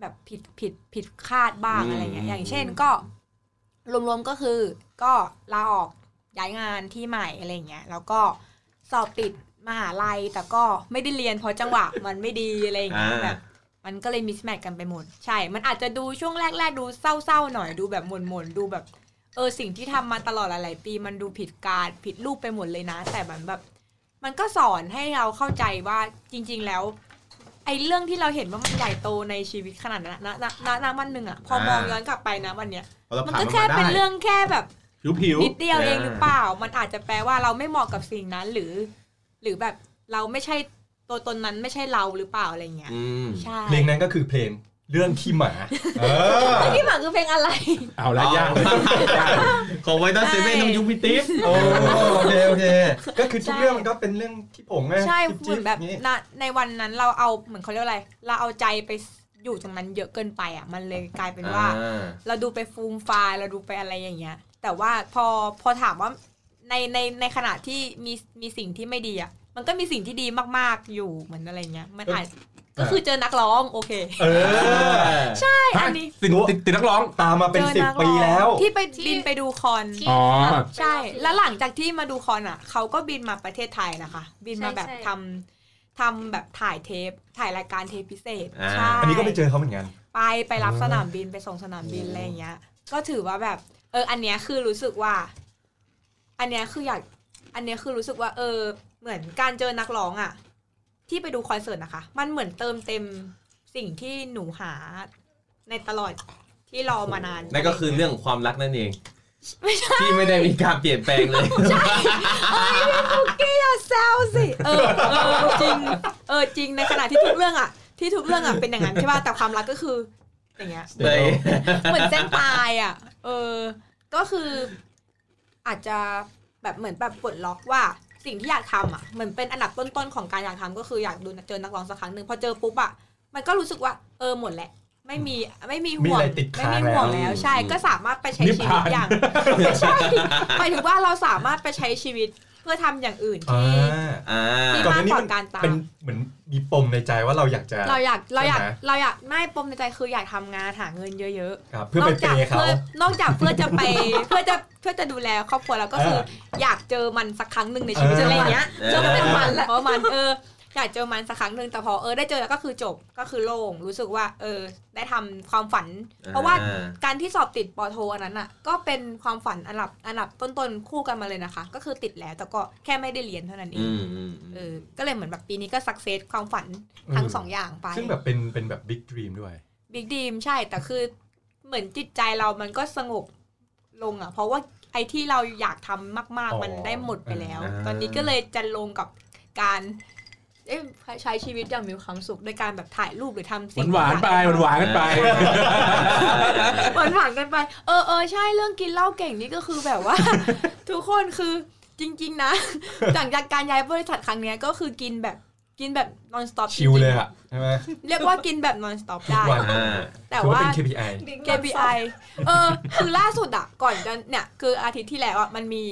S5: แบบผิดผิดผิดคาดบ้าง
S2: อืม
S5: อะไรเงี้ย อย่างเช่น
S2: อืม
S5: ก็ รวมๆก็คือก็ลาออกย้ายงานที่ใหม่อะไรเงี้ย แล้วก็สอบติดมหาลัยแต่ก็ไม่ได้เรียนเพราะจังหวะ มันไม่ดีอะไรเงี้ยแบบ มันก็เลยมิสแมทกันไปหมด ใช่ มันอาจจะดูช่วงแรก ๆ ดูเศร้าๆหน่อยดูแบบหม่นๆดูแบบ เออสิ่งที่ทำมาตลอดหลายๆปี มันดูผิดการผิดรูปไปหมดเลยนะ แต่มันแบบ มันก็สอนให้เราเข้าใจว่าจริง ๆแล้ว ไอ้เรื่องที่เราเห็นว่ามันใหญ่โตในชีวิตขนาดนั้นนะนะนะนะวันหนึ่งอะพอมองย้อนกลับไปนะวันเนี้ย
S7: พอเรา
S5: มัน
S7: ผ่าน
S5: ก็
S7: มัน
S5: แค่
S7: มาได้
S5: เป็นเรื่องแค่แบบ
S4: ผิวผิว
S5: นิดเดียว
S2: อ่า
S5: เองหรือเปล่า มันอาจจะแปลว่าเราไม่เหมาะกับสิ่งนั้นหรือ หรือแบบเราไม่ใช่ตัวตนนั้นไม่ใช่เราหรือเปล่าอะไรเงี้ย
S2: อืม
S5: ใช่
S3: เพลงนั้นก็คือเพลงเรื่องขี้หมา
S7: เออ
S5: ที่หมาคือเพลงอะไร
S4: ๆเอาละยากเลยยากเลย
S2: ของไวท์ดัสเซเว่นต้องยุคพิติฟ
S3: โอ้โอเคโอเคก็คือทุก
S5: ใช่
S3: เรื่องมันก็เป็นเรื่องที่ผงไง
S5: ใช่
S3: จิ๊
S5: เหมือ
S3: ๆ
S5: นแบบ
S3: งี้
S5: ณในวันนั้นเราเอาเหมือนเขาเรียกอะไร เราเอาใจไปอยู่ตรงนั้นเยอะเกินไปอ่ะ มันเลยกลายเป็นว่า
S2: อ่า
S5: เราดูไปฟูมฟายเราดูไปอะไรอย่างเงี้ย แต่ว่าพอพอถามว่าในในในขณะที่มีมีสิ่งที่ไม่ดีอ่ะ มันก็มีสิ่งที่ดีมากๆอยู่เหมือนอะไรเงี้ย มันอาจก็คือเจอนักร้องโอเค
S3: เออ
S5: ใช่อันนี้
S4: ติดติดติดนักร้อง
S3: ตามมาเป็น
S5: จอ
S3: สิบ
S5: ก
S3: ปี
S5: ร้อง
S3: แล้ว
S5: ที่ไป
S6: ที่
S5: บินไปดูคอน
S6: ที่
S4: อ๋อ
S5: ใช่ แล้วหลังจากที่มาดูคอนอ่ะ เขาก็บินมาประเทศไทยนะคะ บินมาแบบ
S6: ใช่ใช่
S5: ทำทำแบบถ่ายเทป ถ่ายรายการเทปพิเศษ
S2: อ่า
S5: ใช่
S3: อันนี้ก็ไปเจอเขาเหมือนกัน
S5: ไปไปรับ
S3: อ๋อ
S5: สนามบินไปส่งสนามบินอะไรอย่างเงี้ย ก็ถือว่าแบบ เออ อันเนี้ยคือรู้สึกว่า อันเนี้ยคืออยาก อันเนี้ยคือรู้สึกว่า เออ เหมือนการเจอนักร้องอ่ะ ที่ไปดูคอนเสิร์ตนะคะ มันเหมือนเติมเต็มสิ่งที่หนูหาในตลอดที่รอมานาน
S2: นั่นก็คือเรื่องความรักนั่นเองที่ไม่ได้มีการเปลี่ยนแปลงเลย
S5: อย่าแซวสิเออเออจริง เออจริงในขณะที่ทุกเรื่องอ่ะ ที่ทุกเรื่องอ่ะเป็นอย่างนั้นใช่ป่ะแต่ความรักก็คืออย่างเงี้ย
S2: ใน
S5: เหมือนเส้นตายอ่ะ เออ ก็คืออาจจะแบบเหมือนแบบปลดล็อกว่าสิ่งที่อยากทำอ่ะเหมือนเป็นอันดับต้นๆของการอยากทำก็คืออยากดูเจอนักร้องสักครั้งหนึ่งพอเจอปุ๊บอ่ะมันก็รู้สึกว่า เออหมดแหละ ไม่มีไม่มีห่ว
S3: มีอะ
S5: ง
S3: ไรติด
S5: ไม่
S3: ค้าง
S5: มีห่วง
S2: แล้ว
S5: แล้วใช่ก็สามารถไปใช้
S4: นิพ
S5: ชีวิ
S4: พา
S5: ต
S4: น
S5: อย่างใช่หมายถึงว่าเราสามารถไปใช้ชีวิตเพื่อทำอย่างอื่น
S3: อ่
S5: ที่
S3: า
S2: อ่า
S5: ที่
S3: ก่อนหน้านี้
S5: มากกว่า
S3: มัน
S5: การตาม
S3: เป็นเหมือนมีปมในใจว่าเราอยากจะ
S5: เราอยากเราอยาก
S3: ใช่ไหม
S5: เราอยากไม่ปมในใจคืออยากทำงานหาเงินเยอะ
S3: ครับ
S5: ๆ
S3: เพื่อไป
S5: นก
S3: เป
S5: จาก
S3: ย์เขา
S5: พื่อนอกจากเพื่อจะไป เพื่อจะเพื่อจะดูแลครอบครัวแล้วก็คืออยากเจอมันสักครั้งหนึ่งในชีวิต
S3: เอออ
S5: อะไรเงี้ย
S2: เออ
S5: เจอเป็นมันแล้วเพราะมันเอออยากเจอมันสักครั้งหนึ่งแต่พอเออได้เจอแล้วก็คือจบก็คือโล่งรู้สึกว่า เออ ได้ทำความฝัน เพราะว่า
S2: อ่
S5: การที่สอบติดปอโทอันนั้นอ่ะ ก็เป็นความฝันอันดับอันดับต้นๆคู่กันมาเลยนะคะ ก็คือติดแล้วแต่ก็แค่ไม่ได้เรียนเท่านั้นเอ
S2: อื
S5: ง
S2: มอืม
S5: เอ
S2: อืม
S5: อก็เลยเหมือนแบบปีนี้ก็สักเซสความฝันทั้ง
S3: อืม
S5: สองอย่างไป
S3: ซึ่งแบบเป็นเป็นแบบบิ๊กดรีมด้วย
S5: บิ๊กดีมใช่แต่คือเหมือนจิตใจเรามันก็สงบลงอ่ะ เพราะว่าไอ้ที่เราอยากทำมาก
S3: อ๋อ
S5: ๆ มันได้หมดไปแล้ว ตอนนี้ก็เลยจะลงกับการเอ้ยใช้ชีวิตอย่างมีความสุขด้วยการแบบถ่ายรูปหรือ
S4: ห
S5: ทำ
S4: วา
S5: สิ่
S4: น
S5: ง
S4: หวานๆไปหวานหวานๆกันไป
S5: หวานหวานๆกันไป เออเออใช่เรื่องกินเหล้าเก่งนี่ก็คือแบบว่า ทุกคนคือจริง ๆ นะ หลังจากการย้ายบริษัทครั้งเนี้ยก็คือกินแบบกินแบบ non stop
S3: ชิลเลยอ่ะใช่ไหม
S5: เรียกว่ากินแบบ non stop
S3: ทุก
S5: ได้
S3: วัน
S2: อ่า
S5: แต่
S3: ถือว่า
S5: ว่า
S3: เป็น KPI
S5: KPI เออ คือล่าสุดอะก่อนจะเนี่ยคืออาทิตย์ที่แล้วอะมันมี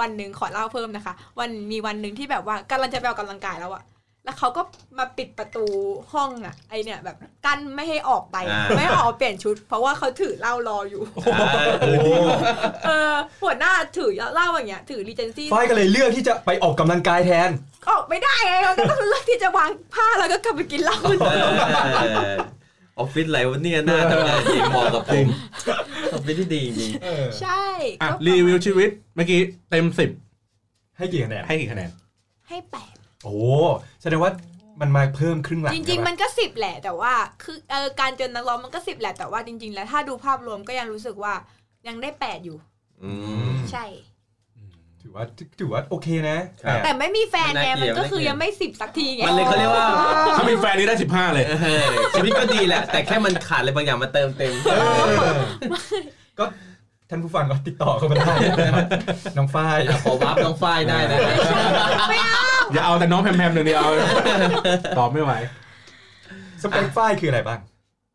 S5: วันหนึ่งขอเล่าเพิ่มนะคะ วันมีวันหนึ่งที่แบบว่ากำลังจะไปออกกำลังกายแล้วอะแล้วเขาก็มาปิดประตูห้องอะไอเนี่ยแบบกั้นไม่ให้ออกไปอะ
S2: อ่า
S5: ไม่ให้ออกเปลี่ยนชุด เพราะว่าเขาถือเหล้ารออยู่
S2: โอ้โห
S5: เออหัวหน้าถือเหล้าอย่างเงี้ยถือรีเจนซี่
S3: ฝ้ายก็เลยเลือกที่จะไปออกกำลังกายแทน
S5: ออกไม่ได้ไงเราก็ต้องเลือกที่จะวางผ้าแล้วก็กลับไปกินเหล้า
S2: เออออฟฟิศอะไรวะเนี่ยหน้าทำงานจริงเหมาะกับภูมิออฟฟิศที่ดีจริง
S5: ใช่
S4: อ่ะ
S5: ก็
S4: รีวิวชีวิตเมื่อกี้เต็มสิบ
S3: ให้กี่คะแนน
S4: ให้กี่คะแนน
S5: ให้แปด
S3: โอ้แสดงว่ามันมาเพิ่มครึ่งหลัง
S5: จริง ๆ
S3: ใช่ปะ
S5: มันก็สิบแหละแต่ว่าคือเออการเจอนักร้องมันก็สิบแหละแต่ว่าจริง ๆ แล้วถ้าดูภาพรวมก็ยังรู้สึกว่ายังได้แปดอยู่
S2: อื
S3: อื
S2: ม
S3: ม
S5: ใช่
S3: ถือว่าถือว่าโอเคนะ
S2: ครับ
S5: แต่ไม่มีแฟนไง
S2: ไม่
S5: มัน
S2: น่าเกลียด
S5: ก็คือยังไม่สิบสักทีไง
S2: มันเลยเขาเรียกว่า
S4: ถ้ามีแฟนนี่ได้สิบห้าเลย
S2: เออชีวิตก็ดีแหละ แต่แค่มันขาดอะไรบางอย่างมาเติมเต็ม
S3: เออก็ท่านผู้ฟังก็ติดต่อเข้า มาได้นะครับน้องฝ้าย
S2: ขอวับน้องฝ้ายได้นะ
S4: อย่าเอาแต่น้องแพมแพมหนึ่างเดียว ตอบไม่ไหว
S3: สเปคฝ้ายคืออะไรบ้าง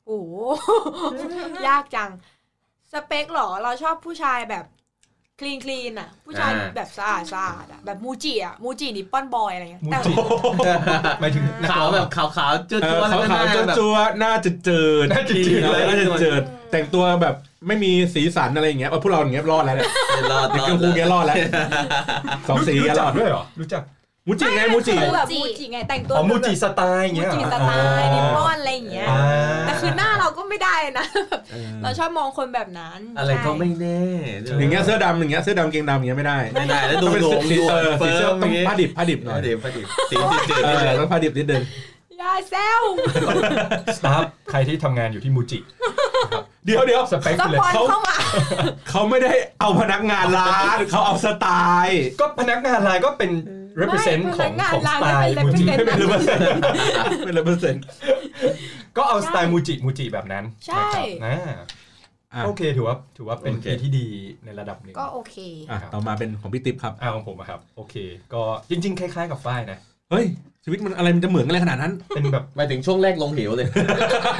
S5: โอ้โห ยากจัง สเปคเหรอ เราชอบผู้ชายแบบ
S6: คลีนคลีนอ่ะ ผู้ชาย
S2: อ่า
S6: แบบสะอาดสะอาดอ่ะแบบมูจิอ่ะมูจินิปปอนบอยอะไรเงี้ย
S3: มู
S6: แต่
S3: จิหมายถึงนัก
S2: ขาว
S3: ร้อง
S2: แบ
S3: แบบ บ
S2: ขาวขาวๆจืด
S4: เอ
S2: ๆ
S4: อ
S2: แล้วก็ห
S4: ขาว
S2: น้า
S4: ๆ
S2: แบบ
S4: จัวๆหน้าจืดจืด
S3: หน้าจืดๆ
S4: เลยน่าจืด
S2: จื
S4: จืด
S2: ด
S4: แต่งตัวแบบไม่มีสีสันอะไรอย่างเงี้ยเออพวกเราอย่างเงี้ยรอดแล้วเนี่ย
S2: รอด
S4: เด็ก
S2: รอ
S4: กั
S2: ด
S4: งกูแกรอดแล้วสองสีแก
S3: รู้
S4: ร
S3: จั
S4: อก ด
S3: ด้วยเหรอรู้จัก
S4: มูจิไงมูจิ
S6: คือแบบมูจิไงแต่งตัว
S3: อ๋อมูจิ
S6: แบบ
S3: สไตล์อย่าง
S6: มู
S3: เงี้ยเหร
S6: จิ
S3: อ
S6: สไตล์นิปปอ
S3: อ่าน
S6: อะไรอย่างเงี้ย
S3: อ่า
S6: แต่คือหน้าเราก็ไม่ได้นะแบบเราชอบมองคนแบบนั้น
S2: อะไรก็ไม่แน่
S4: อย่างเงี้ยเสื้อดำอย่างเงี้ยเสื้อดำเกงดำอย่างเงี้ยไม่ได้
S2: ไม่ได้แล้วดู
S4: ต้องเป็น
S2: โง่
S4: สี
S2: ดู
S4: เออสีเสื้อ
S2: ม
S4: ต้องผ้าดิบผ้าดิบหน่อ
S2: ผ้าย ดิบผ้าดิบสีจืดๆนิด
S4: เออ
S2: นึง
S4: ต้องผ้าดิบนิดนึง
S6: อยาเซล
S3: สตาฟใครที่ทำงานอยู่ที่มูจิ
S4: เดี๋ยวเดี๋ยว
S3: สเปค
S6: ส
S3: เลย
S6: ปอน
S3: เขา
S6: เข้ามา
S4: เขาไม่ได้เอาพนักงานร้านเขาเอาสไตล์
S3: ก็พนักงานรายก็เป็น represent
S6: ไม่
S3: ของ
S6: พนักงาน
S3: ของ
S6: ร้า
S3: ส
S6: น
S3: ไตล์
S6: ไม่เป็น
S3: มูจิ
S6: เลยเป็นแบบ
S4: เป็นร้อยเปอร์เซ็นต์
S3: ก็เอาสไตล์มูจิมูจิแบบนั้น
S6: ใช่
S3: นะครับอ่า
S4: อ่ะ
S3: โอเคถือว่าถือว่าเป็นปีที่ดีในระดับหนึ่ง
S6: ก็โอเค
S4: อ่ะต่อมาเป็นของพี่ติ๊บครับ
S3: อ่าของผมอะครับ โอเค ก็จริง ๆ คล้าย ๆ กับฝ้ายนะ
S4: เฮ้ย ชีวิตมันอะไรมันจะเหมือนกันเลยขนาดนั้น
S3: เป็นแบบ
S2: หมายถึงช่วงแรกลงเหวเลย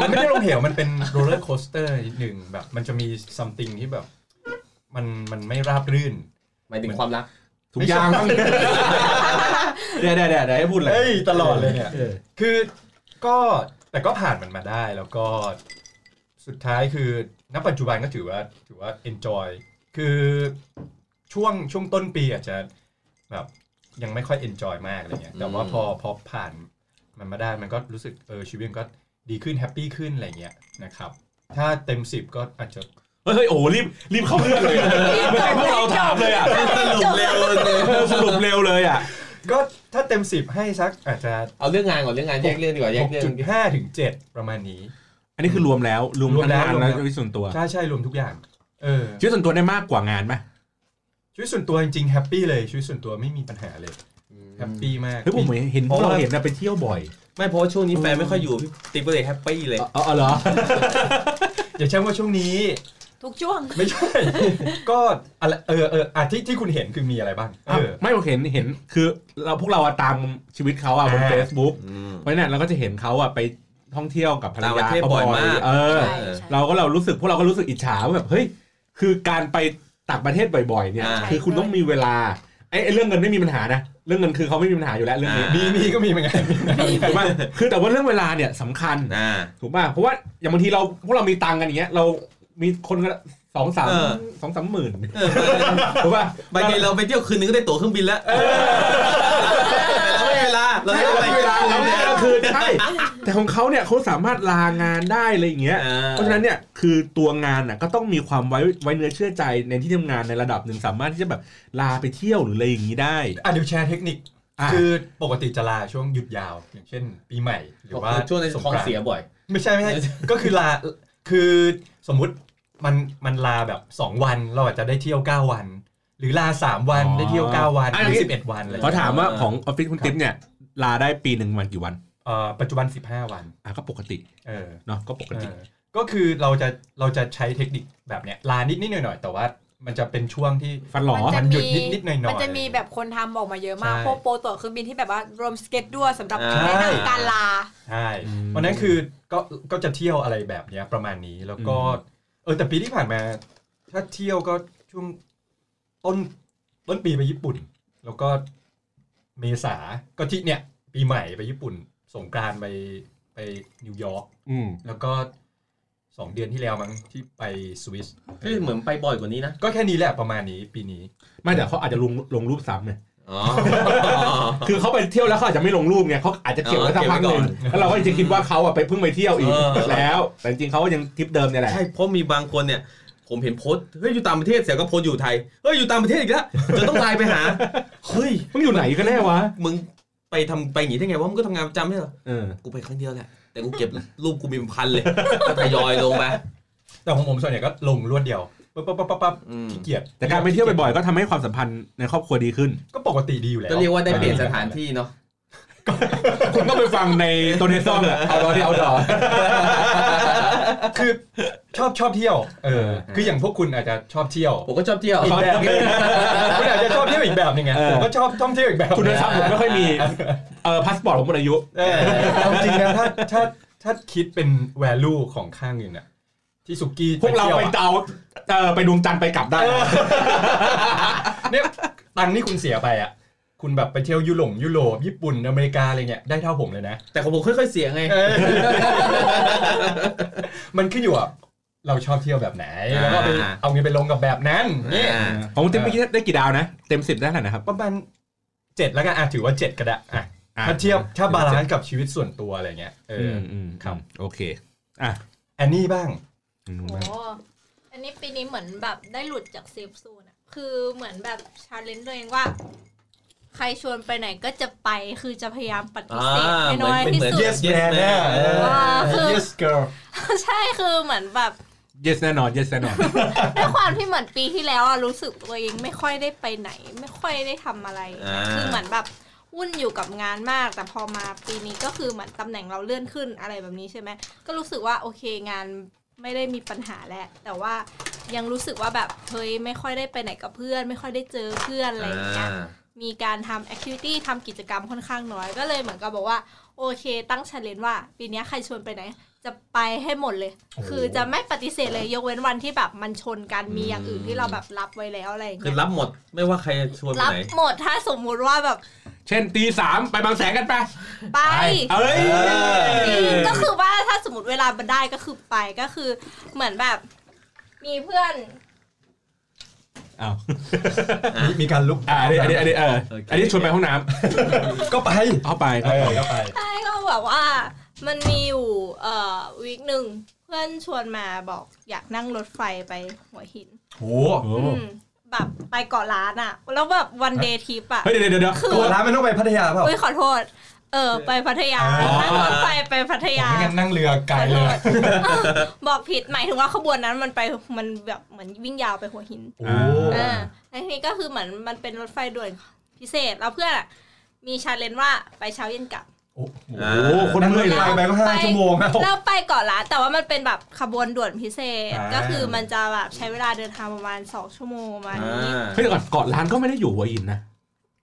S3: มันไม่ได้ลงเหวมันเป็นโรลเลอร์โคสเตอร์หนึ่งแบบ มันจะมี something ที่แบบ มันมันไม่ราบรื่น
S2: หมายถึงความรัก
S4: ถุงยางบ้างเดี๋ยวเดี๋ยวเดี๋ยวเดี๋ยวให้พูดเลย
S3: เอ้ยตลอดเลยเนี่ย
S4: ออ
S3: คือก็แต่ก็ผ่านมันมาได้แล้วก็สุดท้ายคือณปัจจุบันก็ถือว่าถือว่า enjoy คือช่วงช่วงต้นปีอาจจะแบบยังไม่ค่อย enjoy มากอะไรเงี้ยแต่ว่า
S2: อืม
S3: พอพอผ่านมันมาได้มันก็รู้สึกเออชีวิตมันก็ดีขึ้นแฮปปี้ขึ้นอะไรเงี้ยนะครับถ้าเต็ม 10 ก็อาจจะ
S4: เฮ้ยโอ้โหรีบรีบเข้าเรื่องเลยอะไม่ให้พวกเราถามเลยอ่ะ
S2: สรุปเร็วเลย
S4: เออสรุปเร็วเลยอ่ะ
S3: ก็ถ้าเต็ม 10 ให้สักอาจจะ
S2: เอาเรื่องงานก่อนเรื่องงานแยกเรื่องดีกว่าแยกเรื่อง
S3: 6.5 ถึง 7 ประมาณนี้
S4: อันนี้คือรวมแล้ว รวม
S3: รวม
S4: ทั้ง
S3: แล้ว
S4: งานและ
S3: รวมแล้ว
S4: ชีวิตส่วนตัว
S3: ใช่ใช่รวมทุกอย่าง เออ
S4: ชีวิตส่วนตัวได้มากกว่างานไหม
S3: ชีวิตส่วนตัวจริงๆแฮปปี้เลยชีวิตส่วนตัวไม่มีปัญหาเลยแฮปปี้มาก
S4: เฮ้ยผมเห็นพวก
S2: เพราะ
S4: เรา
S2: ว่า
S4: เห็นนะไปเที่ยวบ่อย
S2: ไม่เพราะว่าช่วงนี้แฟนไม่ค่อยอยู่พี่ติ๊กก็เลยแฮปปี้เลย
S4: อ๋อเหรอ
S3: อย่าใช้ว่าช่วงนี้
S6: ทุกช่วง
S3: ไม่ใช่ ก็อะไรเออเอออ่ะที่ที่คุณเห็นคือมีอะไรบ้างเออ
S4: ไม่ผมเห็นเห็นคือเราพวกเราอะตามชีวิตเขาอะบน
S3: อ่า
S4: Facebook เพราะฉะนั้นเราก็จะเห็นเขาอะไปท่องเที่ยวกับภรร
S2: ต่างป
S4: ยา
S2: ระเทศ
S4: เขา
S2: บ่อยมาก
S4: เออ
S6: ใช่ใช่
S4: เราก็เรารู้สึกพวกเราก็รู้สึกอิจฉาว่าแบบเฮ้ยคือการไปต่างประเทศบ่อยๆเนี่ย
S2: อ่า
S4: คือคุณต้องมีเวลาไอ้ไอ้เรื่องเงินไม่มีปัญหานะเรื่องเงินคือเขาไม่มีปัญหาอยู่แล้วเรื่องนี้
S2: อ่า
S3: มีมีก็มีเหมือนกัน
S4: ถูกป่ะคือแต่ว่าเรื่องเวลาเนี่ยสำคัญ
S2: อ่า
S4: ถูกป่ะเพราะว่าอย่างบางทีเราพวกเรามีตังค์กันอย่างเงี้ยเรามีคนกันสองสาม
S2: เออ
S4: สองสามหมื่น
S2: เออ
S4: ถูกป่ะ
S2: บางทีเราไปเที่ยวคืนนึงก็ได้ตั๋วเครื่องบินแล้วแต่เราไม่มีเวลาเราไม่
S4: เรา
S2: มีเวลาเรา
S4: มีเวลาเรา
S2: ไม่
S4: เนี่ย
S2: ได้
S4: คือใช่แต่ของเขาเนี่ยเขาสามารถลางานได้อะไรอย่างเงี้ย เพราะฉะนั้นเนี่ยคือตัวงานน่ะก็ต้องมีความไว้ไว้เนื้อเชื่อใจในที่ทำงานในระดับหนึ่งสามารถที่จะแบบลาไปเที่ยวหรืออะไรอย่างนี้ได้
S3: อ่ะเดี๋ยวแชร์เทคนิค
S4: อ่ะ
S3: คือปกติจะลาช่วงหยุดยาว อย่างเช่น ปีใหม่หรือว่า
S2: ช่วงในท้อง
S3: กรานต์
S2: เสียบ่อย
S3: ไม่ใช่ไม่ใช่ ก็คือลาคือสมมุติมันมันลาแบบ 2 วันเราอาจจะได้เที่ยว 9 วัน หรือลา 3 วันได้เที่ยว 9 วันหรือ11 วันอะไรอย่าง
S4: เขา
S3: เงี้ย
S4: ถามว่า
S2: เออ
S4: ของออฟฟิศคุณติ๊บเนี่ยลาได้ปีหนึ่งวันกี่วัน
S3: เอ่อปัจจุบัน 15 วัน
S4: อ่ะก็ปกติ
S3: เออ
S4: เนาะก็ปกติ
S3: เออก็คือเราจะเราจะใช้เทคนิคแบบเนี้ยลานิดนิดหน่อยหน่อยๆแต่ว่ามันจะเป็นช่วงที่
S4: ฟันหลอ
S6: มัจะ
S3: มันหยุ
S6: มี
S3: ดนิดๆหน่อยๆ
S6: มันจะมีแบบคนทำออกมาเยอะมาก
S3: ใช่
S6: พวกโปรตั๋วเครื่องบินที่แบบว่ารวมสเก็ตด้วยสำหรับ
S2: อ่า
S6: แนะนำการลา
S3: ใช่เพราะฉะนั้นคือก็ก็จะเที่ยวอะไรแบบเนี้ยประมาณนี้แล้วก็เออแต่ปีที่ผ่านมา ถ้าเที่ยวก็ช่วงต้นต้นปีไปญี่ปุ่น แล้วก็เมษาก็ที่เนี่ย ปีใหม่ไปญี่ปุ่น สงกรานต์ไปไปนิวยอร์ก
S4: อืม
S3: แล้วก็สองเดือนที่แล้วมั้งที่ไปสวิส
S2: คือเหมือนไปบ่อยกว่านี้นะ
S3: ก็แค่นี้แหละประมาณนี้ปีนี้
S4: ไม่แต่เขาอาจจะลงลงรูปซ้ำไง
S2: อ๋อ
S4: คือเขาไปเที่ยวแล้วเขาอาจจะไม่ลงรูปไงเขาอาจจะเก็บไว้
S2: เออ
S4: สักพักหนึ่ง
S2: เก็บไว้ก่อน
S4: แล้วเราก็จะคิดว่าเขาอ่ะไปเพิ่งไปเที่ยวอีก
S2: เออ
S4: แล้ว แต่จริงๆเขาก็ยังทริปเดิมเนี่ยแหละ
S2: ใช่เพราะมีบางคนเนี่ย ผมเห็นโพสต์เฮ้ยอยู่ต่างประเทศเสียก็โพสต์อยู่ไทยเฮ้ยอยู่ต่างประเทศอีกแล้วจะต้องไลน์ไปหาเฮ้ย
S4: มึงอยู่ไหนกันแน่วะ
S2: มึงไปทำไปอย่างนี้ได้ไงวะมึงก็ทำงานประจำไม่ใช่เหรอ
S4: เออ
S2: กูไปครั้งเดียวแหละ แต่กูเก็บรูปกูมีเป็นพันเลย ก็ทยอยลงไป
S3: แต่ของผมส่วนใหญ่ก็ลงรวดเดียวปั๊บปั๊บปั๊บปั๊บปั๊บ
S2: อืม
S3: ขี้เกียจ
S4: แต่การไปเที่ยวบ่อยๆก็ทำให้ความสัมพันธ์ในครอบครัวดีขึ้น
S3: ก็ปกติดีอยู่แล้ว
S2: ก็เรียกว่าได้เปลี่ยนสถานที่เนาะ
S4: คุณก็ไปฟังในโตเนซอน เอาดอที่เอาดอ
S3: คือชอบชอบเที่ยว เออ
S4: เออ
S3: คืออย่างพวกคุณอาจจะชอบเที่ยว
S2: ผมก็ชอบเที่ยว
S3: อีกแบบห นึงคุณอาจจะชอบเที่ยวอีกแบบหนึงไง
S4: เออ
S3: ผมก็ชอบท่องเที่ยวอีกแบบ
S4: คุณทรัพย์ผมไม่ค่อยมีเออพาสปอร์ตผมหมดอายุ
S3: เออเอาจริงนะถ้าถ้าถ้าคิดเป็น value ของค่าเงินอ่ะ ที่สุกี้
S4: พวกเราไป
S3: ที่ยวอะ
S4: ดาวเออไปดวงจันทร์ไปกลับได้นะ
S3: เนี่ยตังค์นี่คุณเสียไปอ่ะ คุณแบบไปเที่ยวยุโรปยุโรปญี่ปุ่นอเมริกาอะไรเงี้ยได้เท่าผมเลยนะ
S2: แต่ของผมค่อยๆเสียไง
S3: เออมันขึ้นอยู่กับเราชอบเที่ยวแบบไหน แล้วก็ไป
S2: อ่า
S3: เอาเงินไปลงกับแบบนั้นนี่
S2: อ่า
S4: ของคุณเต็มเมื่อกี้ได้กี่ดาวนะ เต็มสิบได้เท่าไหร่นะครับ
S3: ประมาณเจ็ดแล้วกันอ่ะถือว่าเจ็ดก็ได้อ่ะ
S4: อ่ะ
S3: ถ้าเทียบถ้าบาลานซ์กับชีวิตส่วนตัวอะไรเงี้ยเอ
S4: อื
S3: อ
S4: ม
S3: อ
S4: อืม
S3: ครับ
S4: โอเค อ่ะ
S3: แอนนี่บ้าง
S4: อืม
S5: โอ้อันนี้ปีนี้เหมือนแบบได้หลุดจากเซฟโซนอะคือเหมือนแบบชาเลนจ์ตัวเองว่า ใครชวนไปไหนก็จะไป คือจะพยายามปฏิ
S2: อ่า
S5: เสธให้น้อยที่
S2: เหมือน
S5: สุ
S2: เห
S5: ด
S2: มือน
S3: yes man เนี่ยเออ
S5: ว้าวคือ
S3: yes girl
S5: ใช่คือเหมือนแบบ
S4: yes แน่นอน yes แน่นอน
S5: ด้วยความที่เหมือนปีที่แล้วอะรู้สึกตัวเองไม่ค่อยได้ไปไหน ไม่ค่อยได้ทำอะไร
S2: อ่า
S5: คือเหมือนแบบวุ่นอยู่กับงานมาก แต่พอมาปีนี้ก็คือเหมือนตำแหน่งเราเลื่อนขึ้นอะไรแบบนี้ใช่ไหมก็รู้สึกว่าโอเคงานไม่ได้มีปัญหาแล้วแต่ว่ายังรู้สึกว่าแบบเฮ้ยไม่ค่อยได้ไปไหนกับเพื่อน ไม่ค่อยได้เจอเพื่อนอะไรอย่างเงี้ย
S2: อ่า
S5: มีการทำแอคทิวิตี้ทำกิจกรรมค่อนข้างน้อย ก็เลยเหมือนกับบอกว่า โอเค ตั้งช l เลน g e ว่า ปีเนี้ยใครชวนไปไหน จะไปให้หมดเลย
S3: โอ้โห
S5: คือจะไม่ปฏิเสธเลยยกเว้นวันที่แบบมันชนกันมีอย่างอื่น
S2: อืม
S5: ที่เราแบบรับไว้แล้วอะไรอย่าง
S2: คือ
S5: เงี้ย
S2: รับหมดไม่ว่าใครชวนไป
S5: รับ
S2: ไหน
S5: หมดถ้าสมมุติว่าแบบ
S4: เช่นตีสามไปบางแสนกันไป
S5: ไป
S4: เอ้ย
S5: จริงก็คือว่าถ้าสมมติเวลามันได้ก็คือไปก็คือเหมือนแบบ มีเพื่อน
S4: อ้าว
S3: มีมีการลุก
S4: อ่ะอันนี้อันนี้อันนี้เออ
S2: โอเค
S4: อันนี้ชวนไปห้องน้
S3: ก็ไป
S4: ำเข้าไป
S3: เอ
S4: เข้า
S3: อ
S4: ไป
S3: ก็ไป
S5: ใช่ก็แบบว่ามันมีอยู่เอ่อวีคหนึ่งเพื่อนชวนมาบอกอยากนั่งรถไฟไปหัวหิน
S3: โห
S4: โอ้
S5: อืมแบบไปเกาะล้านอะแล้วแบบวันเดย์ทริปอะ
S4: เฮ้ยเดี๋ยวเดี๋ยวเดี๋ยว
S5: คือ
S3: ตัวร้านมันต้องไปพัทยาเปล่า
S5: อุ้ยขอโทษ เออ ไปพัทยา
S3: อ๋อ
S5: นั่งรถไฟไปพัทยา
S3: ไม่งั้นนั่งเรือไก
S5: ข
S3: ล
S5: อ
S3: เล
S5: โท
S3: ย
S5: ษ บอกผิดหมายถึงว่าขบวนนั้นมันไปมันแบบเหมือนวิ่งยาวไปหัวหิน
S3: โอ้
S4: อ่า
S5: อ่าแล้วทีนี้ก็คือเหมือนมันเป็นรถไฟด่วนพิเศษแล้วเพื่อนอะมีชาเลนจ์ว่าไปเช้าเย็นกลับ
S3: โอ้โห
S4: โอ้โหคนเมื่อยเลย
S3: นั่งรถไฟไปก็ห้า
S5: ไป
S3: ชั่วโมงแล้ว
S5: เราไปเกาะล้านแต่ว่ามันเป็นแบบขบวนด่วนพิเศษ
S3: อ่า
S5: ก็คือมันจะแบบใช้เวลาเดินทางประมาณสองชั่วโมงประมาณนี้
S2: อ่า
S4: เฮ้ยเดี๋ยวก่อนเกาะล้านก็ไม่ได้อยู่หัวหินนะ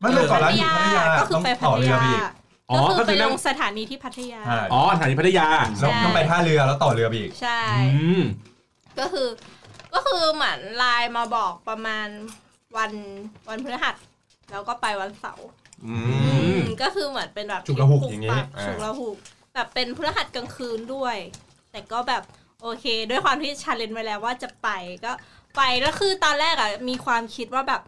S3: มันเป็นเกาะ
S5: พั
S3: ร้าน
S5: ท
S3: อยู่
S5: ยา
S3: พัทยา
S5: ก็คือ
S3: ต้อง
S5: ไปพั
S3: ต่อ
S5: ท
S3: เรือย
S5: า
S3: ไปอีก
S4: อ๋อก็คื
S5: ก็คือไป
S4: อ
S5: ล
S4: นั่ง
S5: งสถานีที่พัทยา
S3: ใช่
S4: อ๋อสถานีพัทยา
S5: ใช่
S3: แล้วต้องไปท่าเรือแล้วต่อเรือไปอีก
S5: ใช่
S4: อืม
S5: ก็คือ ก็คือเหมือนไลน์มาบอกประมาณวันวันพฤหัสแล้วก็ไปวันเสาร์
S2: อื
S5: อื
S2: ม
S5: มก็คือเหมือนเป็นแบบ
S3: ฉุกละหุก
S5: ป
S3: อย่างงี้
S5: ปั
S3: อ่า
S5: ฉุกละหุกแบบเป็นพฤหัสกลางคืนด้วย แต่ก็แบบโอเค ด้วยความที่ชาเลนจ์ไว้แล้วว่าจะไปก็ไปแล้วคือตอนแรกอะมีความคิดว่าแบบ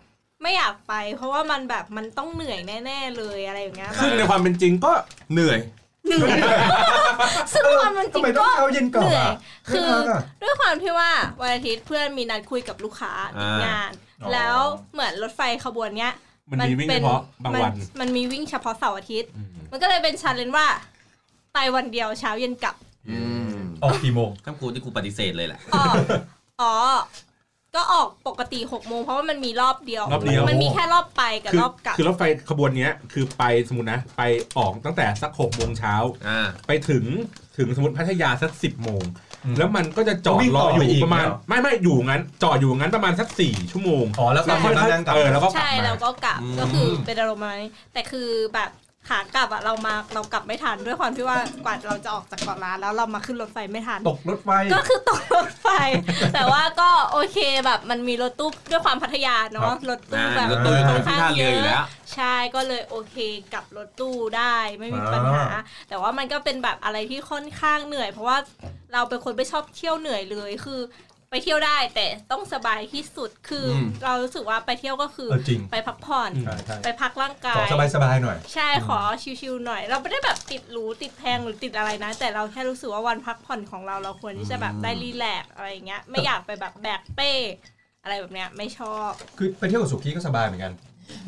S5: ไม่อยากไป เพราะว่ามันแบบมันต้องเหนื่อยแน่ ๆ เลยอะไรอย่าง เงี้ย
S4: ซึ่งในความเป็นจริงก็
S2: เหนื่อย
S5: เหนื่อยซึ่งความมันจ
S3: ทำ
S5: ริง
S3: ไมต้อง
S5: ก็
S3: เช้าเย็นก่อน
S5: เหนื่อย
S3: อ่ะ
S5: คือ
S3: ไม่พักะ
S5: ด้วยความที่ว่าวันอาทิตย์เพื่อนมีนัดคุยกับลูกค้า
S2: อ่าง
S5: งาน
S3: อ๋อ
S5: แล้วเหมือนรถไฟขบวนเนี้ย
S4: มันมีวิ่งเฉพาะบางวัน
S5: มัมันมีวิ่งเฉพาะเสาร์อาทิตย์
S4: อืม
S5: มันก็เลยเป็นชาเลนจ์ว่าไปวันเดียวเช้าเย็นกลับ
S2: อืม
S3: ออกกี่โมง
S2: ข้ามกูนี่กูปฏิเสธเลยแหละ
S5: ออกอ๋อ ก็ออกปกติ6กโมงเพราะว่ามันมีรอบเดียว
S4: รอบเดียว
S5: มันมีแค่รอบไปกับ
S4: คื
S5: รอบกลับ
S4: คือรถไฟขบวนเนี้ยคือไปสมมตินะ ไปออกตั้งแต่สักหกโมงเช้า
S2: อ่า
S4: ไปถึงถึงสมมติพัทยาสักสิบโมง
S3: อืม
S4: แล้วมันก็จะจอด
S3: วิ่ง
S4: ร
S3: ต่
S4: อ
S3: อ
S4: อ
S3: ไปอี
S4: ยู่
S3: ก
S4: ประมาณ
S3: เหรอ
S4: ไม่ไม่อยู่งั้น จอดอยู่งั้นประมาณสักสี่ชั่วโมง
S3: อ๋อแล้วตอน
S5: ใช่
S3: เย็นนั่งกลับ
S4: เออแล้วก็กลับ
S5: ใช่
S4: มา
S5: เราก็กลับ
S2: อืม
S5: ก็คือเป็นอารมณ์ประมาณนี้แต่คือแบบขากลับอะเรามาเรากลับไม่ทันด้วยความที่ว่ากว่าเราจะออกจากเกาะล้านแล้วเรามาขึ้นรถไฟไม่ทัน
S3: ตกรถไฟ
S5: ก็คือตกรถไฟ แต่ว่าก็โอเคแบบมันมีรถตู้ด้วยความพัทยาเนาะรถตู้
S2: อ่า
S5: แบบ
S2: รถตู้อยู่ตรง
S5: ค่อน
S2: ที่
S5: ข้าง
S2: ท่า
S5: เย
S2: เรืออยู่แล้
S5: อะ
S2: ว
S5: ใช่ก็เลยโอเคกลับรถตู้ได้ไม่มีปัญหา
S3: อ่า
S5: แต่ว่ามันก็เป็นแบบอะไรที่ค่อนข้างเหนื่อย เพราะว่าเราเป็นคนไม่ชอบเที่ยวเหนื่อยเลยคือ ไปเที่ยวได้แต่ต้องสบายที่สุดคืออ
S2: ม
S5: เรารู้สึกว่าไปเที่ยวก็คือ
S3: เออจริง
S5: ไปพักผ่อน
S3: ใช่ใช่
S5: ไปพักร่างกา
S3: ขอย สบายๆหน่อย
S5: ใช่ขอชิวๆหน่อย เราไม่ได้แบบติดหรูติดแพงหรือติดอะไรนะ แต่เราแค่รู้สึกว่าวันพักผ่อนของเราเราควรที่จะแบบได้รีแลกซ์อะไรอย่างเงี้ย ไม่อยากไปแบบแบกเป้อะไรแบบเนี้ยไม่ชอบ
S3: คือไปเที่ยวกับสุกี้ก็สบายเหมือนกัน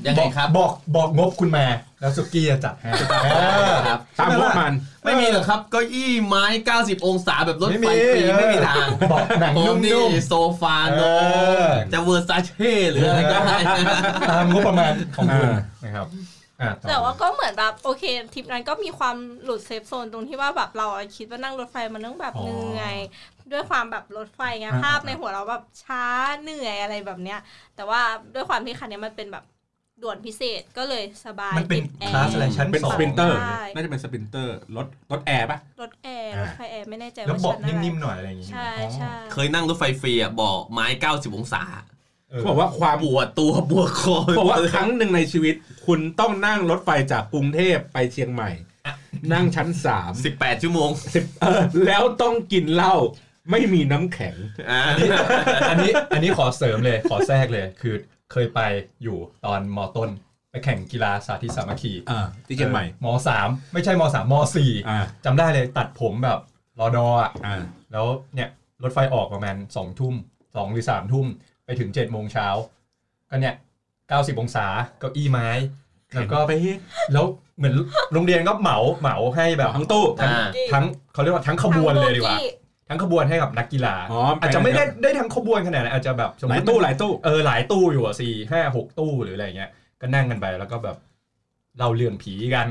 S2: ยังไงครับ
S3: บอกบอกงบคุณมา แล้วสุกี้จะจัดให้เออ
S2: ครับ
S4: ตามพวกมัน
S2: ไม่มีหรอกครับเก็อี้ไม้ 90 องศาแบบรถ
S3: ไม่
S2: ไฟ
S3: มี
S2: ฟรี
S3: เออ
S2: ไม่มีทาง
S3: บอกหนัง
S2: ผ
S3: นุ่
S2: ม
S3: มๆ
S2: นี่โซฟาโน
S3: เออ
S2: จะเวอร์ซาเช่หรืออะไรก็ได้
S3: ตามงบประมาณของคุณ
S4: อ่า
S3: นะครับอ่ะอ
S5: แต่ว่าก็เหมือนแบบโอเคทริปนั้นก็มีความหลุดเซฟโซนตรงที่ว่าแบบเราอะคิดว่านั่งรถไฟมันต้องแบบเหนื่อย ด้วยความแบบรถไฟไงภาพในหัวเราแบบช้าเหนื่อยอะไรแบบเนี้ย แต่ว่าด้วยความที่คันเนี้ยมันเป็นแบบด่วนพิเศษก็เลยสบาย
S3: มันเป็น
S5: ติดแอ
S3: คลาส
S5: ร์
S3: อะไรชั้น
S4: เป็น
S3: สอ
S4: ส
S3: ง
S4: ปรินเตอร์
S5: ได้
S4: น่าจะเป็นสปรินเตอร์รถรถแอร์ปะ
S5: รถแอร์ ร์รถไฟแอร์ไม่แน่ใจ
S3: แล้ว
S5: ว่า
S3: เบอก
S5: ชั้นอะไร
S3: นิ่มๆหน่อยอะไรอย่างงี้
S5: ใช่ใช่
S2: เคยนั่งรถไฟฟรีอ่ะเบอกไม้ 90 องศา
S4: เขาบอกว่าความ
S2: ปวดตัวปวดคอ
S4: บอกว่าครั้งหนึ่งในชีวิต คุณต้องนั่งรถไฟจากกรุงเทพไปเชียงใหม่ นั่งชั้นสาม
S2: สิบแปดชั่วโมง
S4: สิบเออแล้วต้องกินเหล้าไม่มีน้ำแข็ง
S2: อ่า
S3: อันนี้อันนี้ขอเสริมเลยขอแทรกเลยคือเคยไปอยู่ตอนมต้น ไปแข่งกีฬาสาธิตสามัคคี
S4: อ่าที่เชียงใหม่
S3: มสามไม่ใช่มสามมสี่
S4: อ่า
S3: จำได้เลยตัดผมแบบรอดออ่ะ
S4: อ่า
S3: แล้วเนี่ยรถไฟออกประมาณสองทุ่มสองหรือสามทุ่มไปถึงเจ็ดโมงเช้าก็เนี่ยเก้าสิบองศาเก้าอี้ไม้ แล้วก็ไปแล้วเหมือนโรงเรียนก็เหมาเหมาให้แบบ
S4: ทั้งตู้
S2: อ่า
S3: ทั้งเขาเรียกว่าทั้งขบวนเลยดีกว่า
S5: ทั้ง
S3: ทั้ง
S5: โบกี้
S3: ขบวนให้กับนักกีฬา
S4: อ๋อไป
S3: อาจจะไม่
S4: เลยครั
S3: ได้
S4: บ
S3: ได้ทั้งขบวนขนาดนั้นอาจจะแบบสม
S4: ห
S3: ม
S4: ลาย
S3: ติ
S4: ตู้หลายตู้
S3: เออหลายตู้อยู่อะสี่ห้าหกตู้หรืออะไรเงี้ยก็นั่งกันไปแล้วก็แบบเราเรื่องผีกัน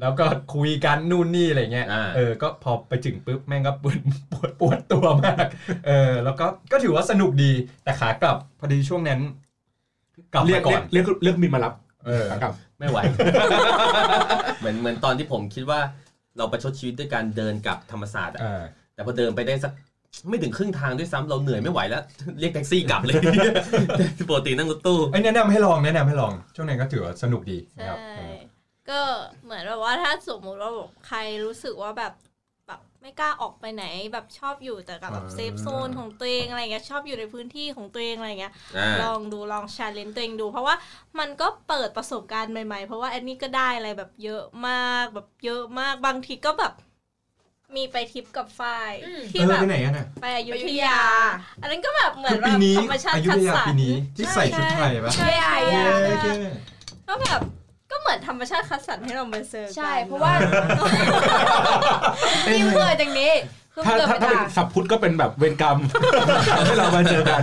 S3: แล้วก็คุยกันนู่นนี่อะไรเงี้ย
S2: อ่า
S3: เออ ก็พอไปถึงปุ๊บแม่งก็ปวด ปวดปวดตัวมาก เออ แล้วก็ ก็ถือว่าสนุกดี แต่ขากลับพอดีช่วงนั้น กลับ
S4: เรีย
S3: มาก ก่อน
S4: เรียกเรียกมีมารับ
S3: เออ
S4: ขากลับ
S2: ไม่ไหว เหมือนเหมือนตอนที่ผมคิดว่าเราประชดชีวิตด้วยการเดินกลับธรรมศาสตร์อะ
S3: เออ
S2: แต่พอเดินไปได้สักไม่ถึงครึ่งทางด้วยซ้ำเราเหนื่อยไม่ไหวแล้ว เรียกแท็กซี่กลับเลย ปกตินั่งรถตู้
S3: ไอ้ยแนะนำให้ลอง แนะนำให้ลอง ช่วงนั้นก็ถือว่าสนุกดีนะ
S5: ใช่
S3: ครับเออ
S5: ก็เหมือนแบบว่าถ้าสมมุติว่าแบบใครรู้สึกว่าแบบแบบไม่กล้าออกไปไหนแบบชอบอยู่แต่กับแบบเซฟโซนของตัวเองอะไรเงี้ยชอบอยู่ในพื้นที่ของตัวเองอะไรเงี้ย
S2: อ่า
S5: ลองดูลองชาเลนจ์ตัวเองดู เพราะว่ามันก็เปิดประสบการณ์ใหม่ๆ เพราะว่าแอนนี่ก็ได้อะไรแบบเยอะมากแบบเยอะมากบางทีก็แบบ มีไปทริปกับฝ้าย
S6: อืม
S5: ที่
S3: เออ
S5: แบบ
S3: ไปไหนกันอ่ะ
S5: ไปอยุธ
S6: อยุธ
S5: ยา
S6: ยา
S5: อันนั้นก็แบบเหมือ
S3: คือ
S5: น
S3: ปี
S5: แบบ
S3: นี้
S5: ธรรมชา
S3: อา
S5: ติ
S3: ยุท
S5: คัดส
S3: ยาร ปี
S5: ร
S3: นี้ที่ใส่ชุดไทยปะ
S5: ใช่
S6: ไม่ได้
S3: เย้
S6: อะ
S3: เย้
S5: ก็แบบก็เหมือนธรรมชาติคัดสรรให้เรามาเจอกัน
S6: ใช่ เพ ราะว่ายิ่งเคยจากนี้คือ
S4: ถ้า
S6: เกิด
S4: ถ้า
S6: มา
S4: ถ้าเป็น
S6: จาก
S4: สับพุทธก็เป็นแบบเวรกรรม ให้เรามาเจอกัน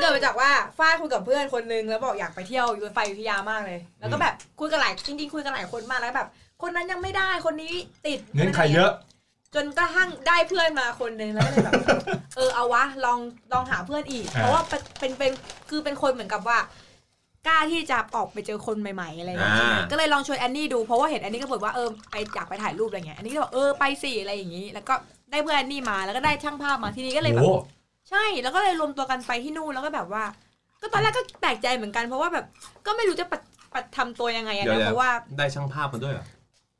S6: เกิดมาจากว่าฝ้ายคุยกับเพื่อนคนนึงแล้วบอกอยากไปเที่ยวอยู่ไฟอยุธยามากเลย แล้วก็แบบคุยกันหลายจริงๆคุยกันหลายคนมากแล้วแบบ คนนั้นยังไม่ได้คนนี้ติด
S3: เงื่อนไขเยอะ
S6: จนกระทั่งได้เพื่อนมาคนหนึงแล้วก็เลยแบบ เออเอาวะลองลองหาเพื่อนอีก
S3: อ่า
S6: เพราะว่าเป็นเป็นเป็นคือเป็นคนเหมือนกับว่ากล้าที่จะออกไปเจอคนใหม่ ๆ อะไรอย่างเงี้ยใช่ไหมก็เลยลองชวนแอนนี่ดูเพราะว่าเห็นแอนนี่ก็บอกว่าเออไปอยากไปถ่ายรูปอะไรเงี้ยแอนนี่ก็บอกเออไปสิอะไรอย่างงี้ แล้วก็ได้เพื่อนแอนนี่มาแล้วก็ได้ช่างภาพมาทีนี้ก็เลยแบ
S3: โอ้
S6: บใช่แล้วก็เลยรวมตัวกันไปที่นู่นแล้วก็แบบว่า ก็ตอนแรกก็แปลกใจเหมือนกันเพราะว่าแบบก็ไม่รู้จะปฏิปัดทำตัวยังไงอะนะเพราะว่า
S2: ได้ช่างภาพมาด้วยเหรอ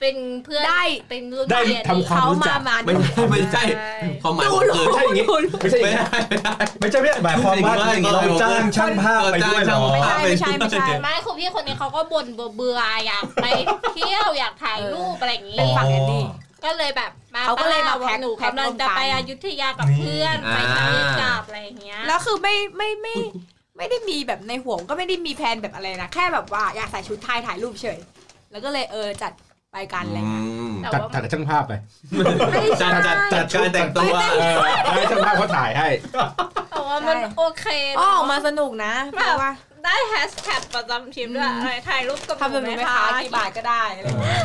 S5: เป็นเพื่อน
S6: ได้
S5: เป็นรุ่น
S4: ได้
S5: เรียน
S4: ทำความ
S6: เขา
S4: รู้จั
S6: มาก มา
S2: ไม่ใช่ไม่ใช่ความหมาย
S6: ดู
S2: ผมคื
S6: หร
S2: อ
S6: อ
S2: ใช่อย่างงี้
S6: คุณ
S3: ไม่ใช่
S2: ไม่
S3: ไม่ใช่
S2: ได้
S3: ไม่
S2: ไม่ได้
S3: ใช่หมายความว่า
S2: ไม่ใช่
S3: เราจ้างช่างภาพไปด้วยเหรอ
S2: ไม่
S6: ไม่
S2: ใช่
S6: ใช่ไม่ใช่ไม่ใช่
S5: ไม่คุณพี่คนนี้เขาก็บ่นเบื่อๆอยากไปเที่ยวอยากถ่ายรูปอะไรอย่างงี้
S6: เป็นฝั่งแอนนี่
S5: ก็เลยแบบมา
S6: เขาก็เลยมา
S5: ป้
S6: แพ็ค
S5: หนู
S6: แพ็ค
S5: กำลังจะ
S6: รวมกัน
S5: ไปอยุธยากับเพื่อนไปทะเลกลับอะไรอย่างเงี้ย
S6: แล้วคือไม่ไม่ไม่ไม่ได้มีแบบในหัวก็ไม่ได้มีแพลนแบบอะไรนะ แค่แบบว่าอยากใส่ชุดไทยถ่ายรูปเฉย แล้วก็เลยเออจัดไปกันอะไร
S2: อื
S6: เงี้ย
S2: ม
S5: แต่
S4: จัดจั
S5: ว่า
S4: ดกับช่างภาพไป
S2: จัดจัดจัดการแต่งตัว
S6: ไม่
S4: เออให้ช่างภาพเขาถ่ายให้
S5: แต่ว่ามัน
S6: ใช่
S5: โอเคนะ
S6: อ้อออกมาสนุกนะเพราะว่า
S5: ได้แฮชแท็กประจำทีมด้วยอะไรถ่ายรูปกับ
S6: ทำแบบ
S5: ห
S6: นี้ไหม
S5: แม่
S6: คะ
S5: ค้า
S6: กี่บาทก็ได้อะไรเงี้ย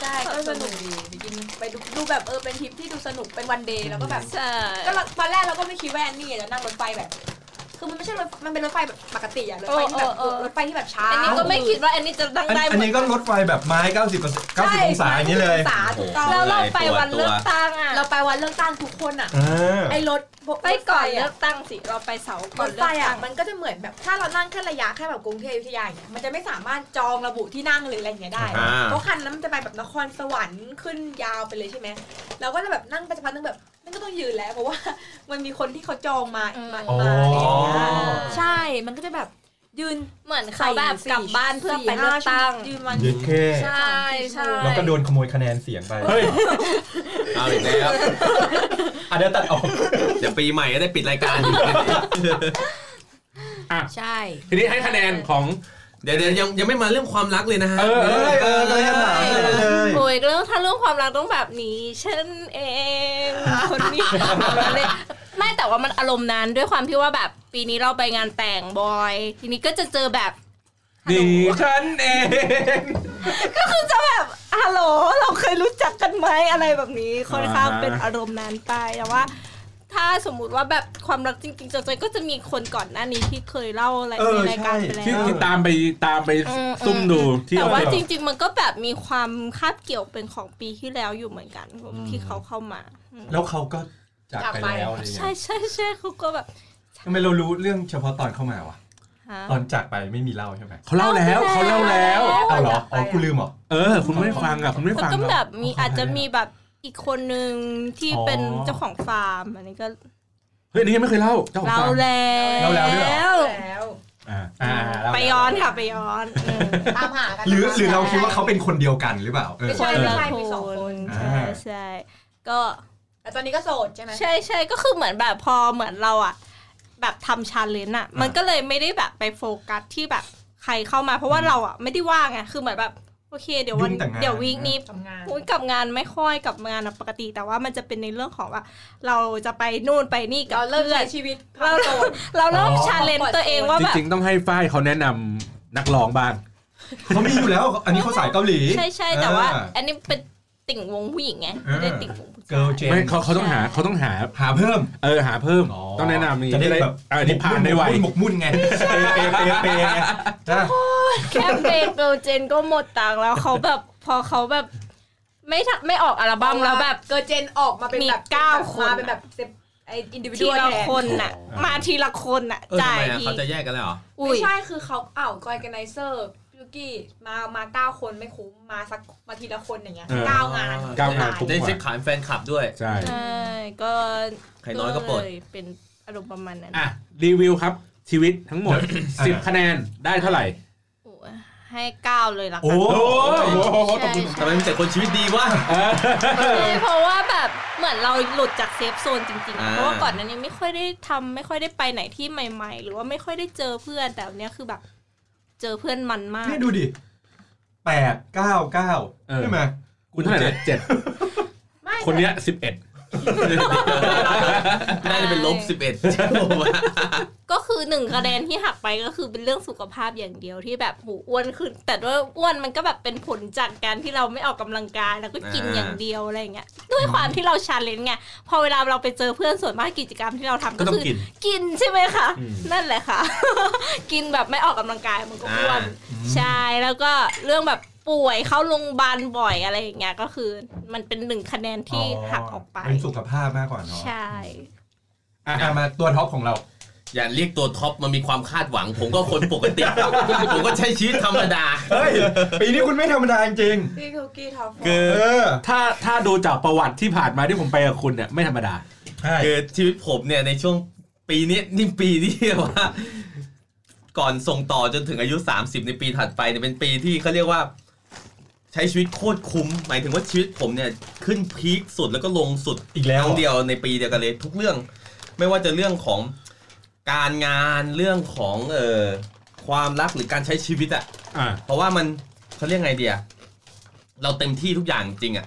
S6: ใช่ก็สนุกดีจริงๆไปดูดูแบบเออเป็นทริปที่ดูสนุกเป็นวันเดย์แล้วก็แบบ
S5: ใช่
S6: ก็เราตอนแรกเราก็ไม่คิดว่าแอนนี่จะนั่งรถไฟแบบ คือมันไม่ใช่รถมันเป็นรถไฟแบบปกติอะรถไฟที่แบบเออรถไฟที่แบบช้า
S5: อันนี้ก็ไม่คิดว่าอันนี้จะตั้ง
S3: อัน
S5: ได้
S3: อันนี้ก็รถไฟแบบไม้ 90 90 องศาอย่างนี้เลย
S6: ใช่90องศาถูกต้อง
S5: แล้วเราไปวันเลือกตั้งอ่ะ
S6: เราไปวันเลือกตั้งทุกคนอ่ะ
S3: เออ
S6: ไอ้รถ
S5: ไปก่อนเลือกตั้งสิเราไปเสาร์
S6: ร
S5: ก่อน
S6: ถ
S5: เลื
S6: ไฟ
S5: อก
S6: อ่ะ
S5: ตั้ง
S6: มันก็จะเหมือนแบบถ้าเรานั่งแค่ระยะแค่แบบกรุงเทพอยุธยาอย่างเงี้ยมันจะไม่สามารถจองระบุที่นั่งหรืออะไรอย่างเงี้ยได้
S2: อ่า
S6: เพราะคันนั้นมันจะไปแบบนครสวรรค์ขึ้นยาวไปเลยใช่ไหมเราก็จะแบบนั่งไปสักพักนึงแบบนั่นก็ต้องยืนแล้วเพราะว่า มันมีคนที่เขาจองมามา
S3: อ๋อ
S6: มาอะไรอย่างเงี้ย
S3: อ๋อ
S6: ใช่ มันก็จะแบบยืน
S5: เหมือนเขาแบบกลับบ้านเพื่อไปเลือกตั้ง
S6: ยืนวัน
S3: เย็ดเค
S5: ใช่ใช่
S3: แล้วก็โดนขโมยคะแนนเสียงไป เฮ้ย
S2: เอาอีกแล้ว
S3: อันเดี๋ยวตัดออก
S2: เดี๋ยวปีใหม่ก็ได้ปิดรายการ
S6: ใช่
S4: ทีนี้ให้คะแนนของ
S2: เดี๋ยวเดี๋ยวยังยังไม่มาเรื่องความรักเลยนะฮะ
S3: เออเออเออเออถามเลย
S5: โอ้ยเรื่องถ้าเรื่องความรักต้องแบบนี้ฉันเองคนนี้เอาละเลยไม่แต่ว่ามันอารมณ์นั้นด้วยความที่ว่าแบบปีนี้เราไปงานแต่งบอย ทีนี้ก็จะเจอแบบ
S4: ดีฉันเอง
S5: คือจะแบบฮัลโหลเราเคยรู้จักกันไหมอะไรแบบนี้ค่อนข้าง
S4: อ่าฮะ
S5: เป็นอารมณ์นั้นไปแต่ว่า ถ้าสมมุติว่าแบบความรักจริงๆจังๆก็จะมีคนก่อนหน้านี้ที่เคยเล่าอะไร
S3: เอ
S5: ใน
S3: อ
S5: รายการไป
S3: ใช่
S5: แล้
S4: ที่
S5: ว
S4: ที่ตามไปตามไป
S5: อืม
S4: ซุ่มดูที่
S5: แต่ว่า
S4: เอ
S5: จริง ๆ มันก็แบบมีความคาบเกี่ยวเป็นของปีที่แล้วอยู่เหมือนกันที่เขาเข้ามาอืม
S3: แล้วเขาก็จากไปแล้วอะไรเงี้
S5: ใช่
S3: ย
S5: ใช่ใช่เขาก็แบบ
S3: ทำไมเรารู้เรื่องเฉพาะตอนเข้ามาวะ
S5: ฮะ
S3: ตอนจากไปไม่มีเล่าใช่ไหม
S4: เขาเล่าแล้วเขาเล่าแล้ว
S5: เล่า
S3: เอาเหรออ๋อกูลืมเหรอ
S4: เออ คุณไม่ฟังอ่ะคุณไม่
S5: มัน
S4: ฟัง
S5: ก็
S4: หรอ
S5: แบบมี
S3: เอาเข้า
S5: อาจจะ
S3: ไป
S5: มีแบบอีกคนนึงที่
S3: อ๋อ
S5: เป็นเจ้าของฟาร์มอันนี้ก็
S4: เฮ้ยอันนี่ยังไม่เคยเล่าเจ้าของ
S5: เล่า
S4: ฟัง
S5: แล้ว
S3: เล่าแล้วด้วยเหรอ
S8: แล้ว
S4: อ่า
S3: อ่าเล่า
S5: ไปย้อนค่ะไปย้อนเออ
S8: ตามหากัน
S3: หรือ
S8: นะะ
S3: หรือเราคิดว่าเขาเป็นคนเดียวกันหรือเปล่าเออ
S8: ไม่ใช่
S5: คนละ
S8: มีสองคน
S5: ใช่
S3: อ่า
S5: ใช่ก็
S8: แต่ตอนนี้ก็โสดใช่ไหม
S5: ใช่ใช่ก็คือเหมือนแบบพอเหมือนเราอะแบบทำชาเลนจ์อะมันก็เลยไม่ได้แบบไปโฟกัสที่แบบใครเข้ามา เพราะว่าเราอะไม่ได้ว่างไงคือเหมือนแบบโอเคเดี๋ยววัน
S3: ยุ่งแต่งงาน
S5: เดี๋ยววีคนี้
S8: ทำงาน
S5: พูดกับงานไม่ค่อยกับงานอะปกติ แต่ว่ามันจะเป็นในเรื่องของว่า เราจะไปนู่นไปนี่กับ
S8: เราเริ่ม
S5: เพื่อ
S8: ใช้
S5: น
S8: ชีวิต
S5: เรา
S8: โสด
S5: เริ่มเราเริ่ม
S3: อ๋อ
S5: ชาเลนจ์ตัวเองว่า
S4: จ
S5: แบบ
S4: ริงๆต้องให้ฝ้ายเขาแนะนำนักร้องบ้าง
S3: เขามีอยู่แล้ว อันนี้เขาสายเกาหลี
S5: ใช่ใช่แต่ว่า อันนี้เป็นติ่งวงผู้หญิงไงไม่ได้ติ่งวงผู้ชาย
S3: Girl Jam
S4: ไม่เขาเขาต้องหาเขาต้องหา
S3: หาเพิ่ม
S4: เออหาเพิ่มต้องแนะนำนี่
S3: จะได้แบบ
S4: อ่าอันนี้ผ่านได้ไว
S3: หมกมุ่นไงเปย์เปย์เปย์เปย์จ้า
S5: แค่เบเกิลเจนก็หมดตังค์แล้วเขาแบบ พอเขาแบบ ไม่ทำไม่ออกอัลบั้มแล้วแบบ
S8: เกิดเจนออกมาเป็น
S5: มี
S8: แบบ
S5: เก้าคน
S8: มาเป็นแบบเซฟไออินดิวิ
S5: ที
S8: วแท
S5: ละ
S8: น
S5: คนน่ะ มาทีละคนน่ะ
S2: เออทำ
S5: จ่าย
S2: ไมอะ
S5: ที
S2: เขาจะแยกกันเลยเหรอ
S5: อุ้
S8: ไม่
S5: ย
S8: ใช่คือเขาเอ้าวกอยกันไนเซอร์ยูกี้มามาเก้าคนไม่คุ้มมาสักมาทีละคนอย่างเงี้ยเก้างาน
S4: เก้างานคุ้ม
S2: ได้
S4: ก
S2: เช็
S4: ว่า
S2: คขายแฟนคลับด้วย
S4: ใช่
S5: ใช่ก็
S2: ใครน้อยก็ปลด
S5: เลยเป็นอารมณ์ประมาณนั้น
S4: อ่ะรีวิวครับชีวิตทั้งหมด
S3: อ่ะ
S4: 10 คะแนนได้เท่าไหร่
S5: โอ้ยให้เก้าเลยละ
S3: โอ้
S5: กัน
S4: โอ้โห
S5: ใช่
S2: ทำไมมีแต่คนชีวิตดีวะ
S5: ใช่เพราะว่าแบบเหมือนเราหลุดจากเซฟโซนจริงๆ
S2: อ่า
S5: เพราะว่าก่อนหนั้านยังไม่ค่อยได้ทำไม่ค่อยได้ไปไหนที่ใหม่ ๆ หรือว่าไม่ค่อยได้เจอเพื่อนแต่วันเนี้ยคือแบบ เจอเพื่อนมันมาก
S3: นี่ดูดิแปดเก้าเก้า
S4: เออ
S3: ใช่ไหม
S4: คุณเท่าไหร่นะเจ็ด
S8: ไม่
S4: คนเนี้ยสิบเอ็ด
S2: น่าจะเป็นลบสิบเอ็ดผมว่า
S5: ก็คือหนึ่งคะแนนที่หักไปก็คือเป็นเรื่องสุขภาพอย่างเดียวที่แบบหูอ้วนขึ้น แต่ด้วยอ้วนมันก็แบบเป็นผลจากการที่เราไม่ออกกำลังกายแล้วก็กิน
S2: อ่า
S5: อย่างเดียวอะไรอย่างเงี้ยด้วยความที่เราชาเลนจ์ไงพอเวลาเราไปเจอเพื่อนส่วนมากกิจกรรมที่เราทำ
S4: ก็
S5: ก็
S4: ต้อง
S5: คือ
S4: กิน
S5: กินใช่ไหมคะ
S4: อืม
S5: นั่นแหละค่ะ กินแบบไม่ออกกำลังกายมันก็อ้วนใช่แล้วก็เรื่องแบบป่วยเข้าโรงพยาบาลบ่อยอะไรอย่างเงี้ยก็คือ มันเป็นหนึ่งคะแนนที่หักออกไป
S3: เป็นสุขภาพมากกว่าเนาะ
S5: ใช่
S3: อ่ะมาตัวท็อปของเรา
S2: อย่าเรียกตัวท็อปมันมีความคาดหวัง ผมก็คนปกติ ผมก็ใช้ชีวิตธรรมดา
S3: เฮ้ย ปีนี้คุณไม่ธรรมดาจริง
S8: พี่คุกกี้ท็อป
S3: เออ
S4: ถ้าถ้าดูจากประวัติที่ผ่านมาที่ผมไปกับคุณเนี่ยไม่ธรรมดา
S3: ใช่
S2: คือชีวิตผมเนี่ยในช่วงปีนี้นี่ปีที่ว่า ก่อนส่งต่อจนถึงอายุ 30 ในปีถัดไปเนี่ยเป็นปีที่เขาเรียกว่า ใช้ชีวิตโคตรคุ้ม หมายถึงว่าชีวิตผมเนี่ยขึ้นพีคสุดแล้วก็ลงสุด
S3: อีกแล้ว
S2: ครั้งเดียวในปีเดียวกันเลยทุกเรื่องไม่ว่าจะเรื่องของการงานเรื่องของเอ่อความรักหรือการใช้ชีวิตอะ
S4: อ่า
S2: เพราะว่ามันเขาเรียกไงเดียเราเต็มที่ทุกอย่างจริงอะ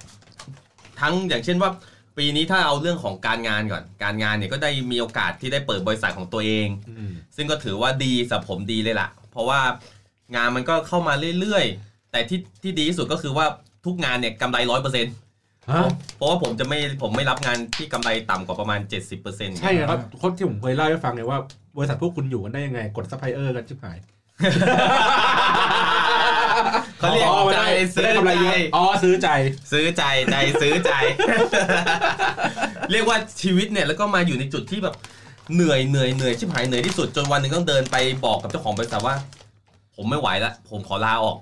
S2: ทั้งอย่างเช่นว่าปีนี้ถ้าเอาเรื่องของการงานก่อน การงานเนี่ยก็ได้มีโอกาสที่ได้เปิดบริษัทของตัวเอง ซึ่งก็ถือว่าดีสำหรับผมดีเลยล่ะ เพราะว่างานมันก็เข้ามาเรื่อยๆ แต่ที่ที่ดีที่สุดก็คือว่าทุกงานเนี่ยกำไรร้อยเปอร์เซ็นต เพราะว่าผมจะไม่ผมไม่รับงานที่กำไรต่ำกว่าประมาณ 70%
S4: ใช่ไงครับคนที่ผมเคยเล่าให้ฟังไงว่าบริษัทพวกคุณอยู่กันได้ยังไงกดซัพพลายเออร์กันชิบหาย
S2: เขาเรียก
S4: อ๋อไม่
S2: ใจ
S4: ได้ไม่
S2: ซื้อ
S4: ได้ทำ
S2: ใจ
S4: ไรเยอะอ๋อซื้อใจ
S2: ซื้อใจใจซื้อใจ เรียกว่าชีวิตเนี่ยแล้วก็มาอยู่ในจุดที่แบบเหนื่อยเหนื่อยเหนื่อยชิบหายเหนื่อยที่สุดจนวันหนึ่งต้องเดินไปบอกกับเจ้าของบริษัทว่า ผมไม่ไหวละผมขอลาออก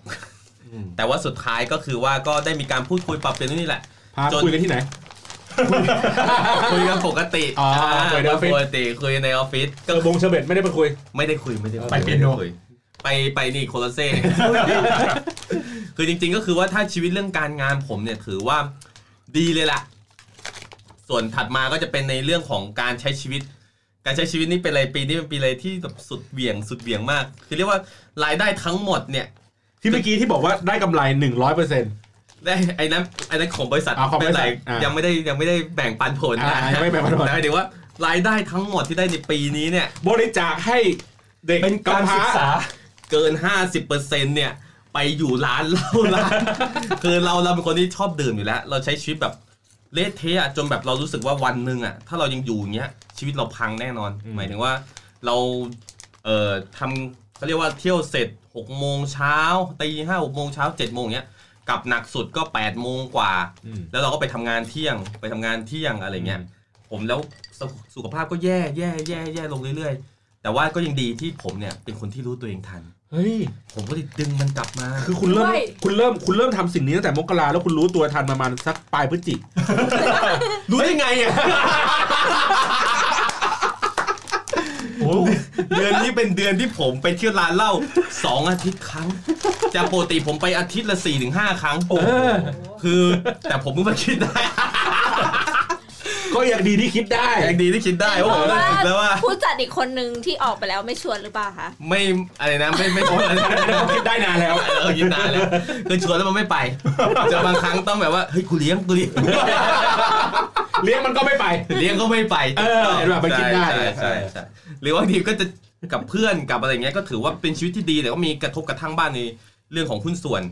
S4: อืม
S2: แต่ว่าสุดท้ายก็คือว่าก็ได้มีการพูดคุยปรับเปลี่ยนนู่นนี่แหละ
S4: พา
S2: จน
S4: คุยกันที่ไหน
S2: คุยกันปกติ
S4: อ๋อคุยในออฟฟิศ
S2: ปกติคุยในออฟฟิศ
S4: เอ
S2: ก็
S4: อบงเชอร์เบตไม่ได้ไปคุย
S2: ไม่ได้คุยไม่ได้คุ
S3: ไปเปียโน
S2: ม่ด้คุไปไปนี่โคลอ สเซ่ คือจริงๆก็คือว่าถ้าชีวิตเรื่องการงานผมเนี่ยถือว่าดีเลยล่ะ ส่วนถัดมาก็จะเป็นในเรื่องของการใช้ชีวิต การใช้ชีวิตนี่เป็นอะไรปีนี้เป็นปีอะไรที่แบบสุดเหวี่ยงสุดเหวี่ยงมาก คือเรียกว่ารายได้ทั้งหมดเนี่ย
S4: ที่เมื่อกี้ที่บอกว่าได้กำไรหนึ่งร้อยเปอร์เซ็นต์
S2: ได้ไอ้นั้นไอ้นั้นของบริษัท
S4: อ่าของบริษัท
S2: ไม่เป็น
S4: อ่ายั
S2: ไยังไม่ได้ยังไม่ได้แบ่งปันผลนะ
S4: อ่ายังไม่แบ่งปันผล
S2: ต่หมายถึงว่ารายได้ทั้งหมดที่ได้ในปีนี้เนี่ย
S4: บริจาคให้เด็ก
S3: เป็นการ
S4: ำพ
S3: ศึกษา
S2: เกิน 50%เนี่ย ไปอยู่ร้านเหล้าร้าน คือเราเราเป็นคนที่ชอบดื่มอยู่แล้ว เราใช้ชีวิตแบบ เละเทะอะจนแบบเรารู้สึกว่าวันหนึ่งอ่ะถ้าเรายังอยู่อย่างเงี้ยชีวิตเราพังแน่นอน
S4: อืม
S2: หมายถึงว่าเราเอ่อทำเขาเรียกว่าเที่ยวเสร็จหกโมงเช้าตีห้าหกโมงเช้าเจ็ดโมงเงี้ยกลับหนักสุดก็แปดโมงกว่า
S4: อืม
S2: แล้วเราก็ไปทำงานเที่ยงไปทำงานเที่ยงอะไรเงี้ย ผมแล้วสุขสุขภาพก็แย่แย่แย่แย่ลงเรื่อยๆ แต่ว่าก็ยังดีที่ผมเนี่ยเป็นคนที่รู้ตัวเองทัน
S4: เฮ้ย
S2: ผมก็เลยดึงมันกลับมา
S4: คือคุณเริ่ม
S8: ด้วย
S4: คุณเริ่มคุณเริ่มทำสิ่งนี้ตั้งแต่มกราแล้วคุณรู้ตัวทันประมาณสักปลายพฤศจิก
S2: รู้ได้ไงอ่ะ
S3: โอ้
S2: เดือนนี้เป็นเดือนที่ผมไปเที่ยวร้านเหล้าสองอาทิตย์ครั้งจากปกติผมไปอาทิตย์ละสี่ถึงห้าครั้ง
S4: เออ
S2: คือ แต่ผมเพิ่งมาคิดได้
S4: ก็ยังดีที่คิดได้
S2: อย่างดีที่คิดได้ว่าผมรู้สึกแล้วว่า
S5: ผู้จัดอีกคนนึงที่ออกไปแล้วไม่ชวนหรือเปล่าคะ
S2: ไม่อะไรนะไม่ไม่อะไรนะ
S4: คิดได้นานแล้ว
S2: เออยินนานแล้วคือชวนแล้วมันไม่ไปจะบางครั้งต้องแบบว่าเฮ้ยกูเลี้ยงกูเลี้ยง
S4: เลี้ยงมันก็ไม่ไป
S2: เลี้ยงก็ไม่ไป
S4: เออเห็นป่ะมันคิดได้
S2: ใช่ใช่ใช่หรือบางทีก็จะกับเพื่อนกับอะไรเงี้ยก็ถือว่าเป็นชีวิตที่ดีแต่ก็มีกระทบกระทั่งบ้านในเรื่องของหุ้นส่วน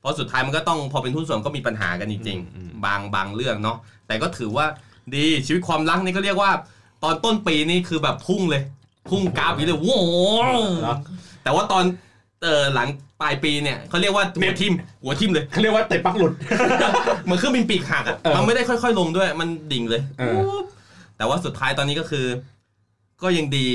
S2: เพราะสุดท้ายมันก็ต้องพอเป็นหุ้นส่วนก็มีปัญหากันจริง
S4: อืมอืม
S2: ๆบางบางเรื่องเนาะแต่ก็ถือว่าดีชีวิตความรักนี่ก็เรียกว่า ตอนต้นปีนี่คือแบบพุ่งเลย พุ่งกราฟอย่างนี้เลยโว้วแต่ว่าตอนเออหลังปลายปีเนี่ยเขาเรียกว่าหัวทิมหัวทิมเลย
S4: เขาเรียกว่าเตะปลักหลุด
S2: เหมือนเครื่องบินปีกหักอะ
S4: เออ
S2: มันไม่ได้ค่อยๆ ลงด้วย มันดิ่งเลย
S4: เออ
S2: แต่ว่าสุดท้ายตอนนี้ก็คือ ก็ยังดี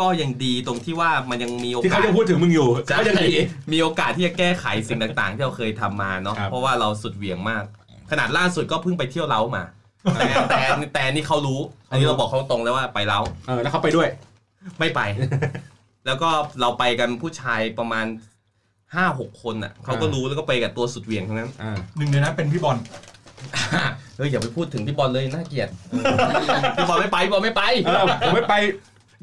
S2: ก็ยังดีตรงที่ว่ามันยังมีโอ
S4: ที่
S2: กาส
S4: เขายังพูดถึงมึงอยู่
S2: จะ
S4: ก็ยังดี
S2: มีโอกาสที่จะแก้ไขสิ่งต่างๆ ที่เราเคยทำมาเนาะ
S4: ครับ
S2: เพราะว่าเราสุดเหวี่ยงมาก ขนาดล่าสุดก็เพิ่งไปเที่ยวเล้ามา แต่แต่แต่นี่เขารู้ อันนี้เราบอกเขาตรงแล้วว่าไปเล้า
S4: เออแล้วเขาไปด้วย
S2: ไม่ไป แล้วก็เราไปกันผู้ชายประมาณห้าหกคนอ่ะเขาก็
S4: อ่ารู้
S2: รู้แล้วก็ไปกับตัวสุดเหวี่ยงทั้งนั้น
S4: อ่า
S3: หนึ่งในนั้นเป็นพี่บอล
S2: เฮ้ยอย่าไปพูดถึงพี่บอลเลยน่าเกลียด พี่บอลไม่ไปพี่บอล ไม่ไป
S4: เออผมไม่ไป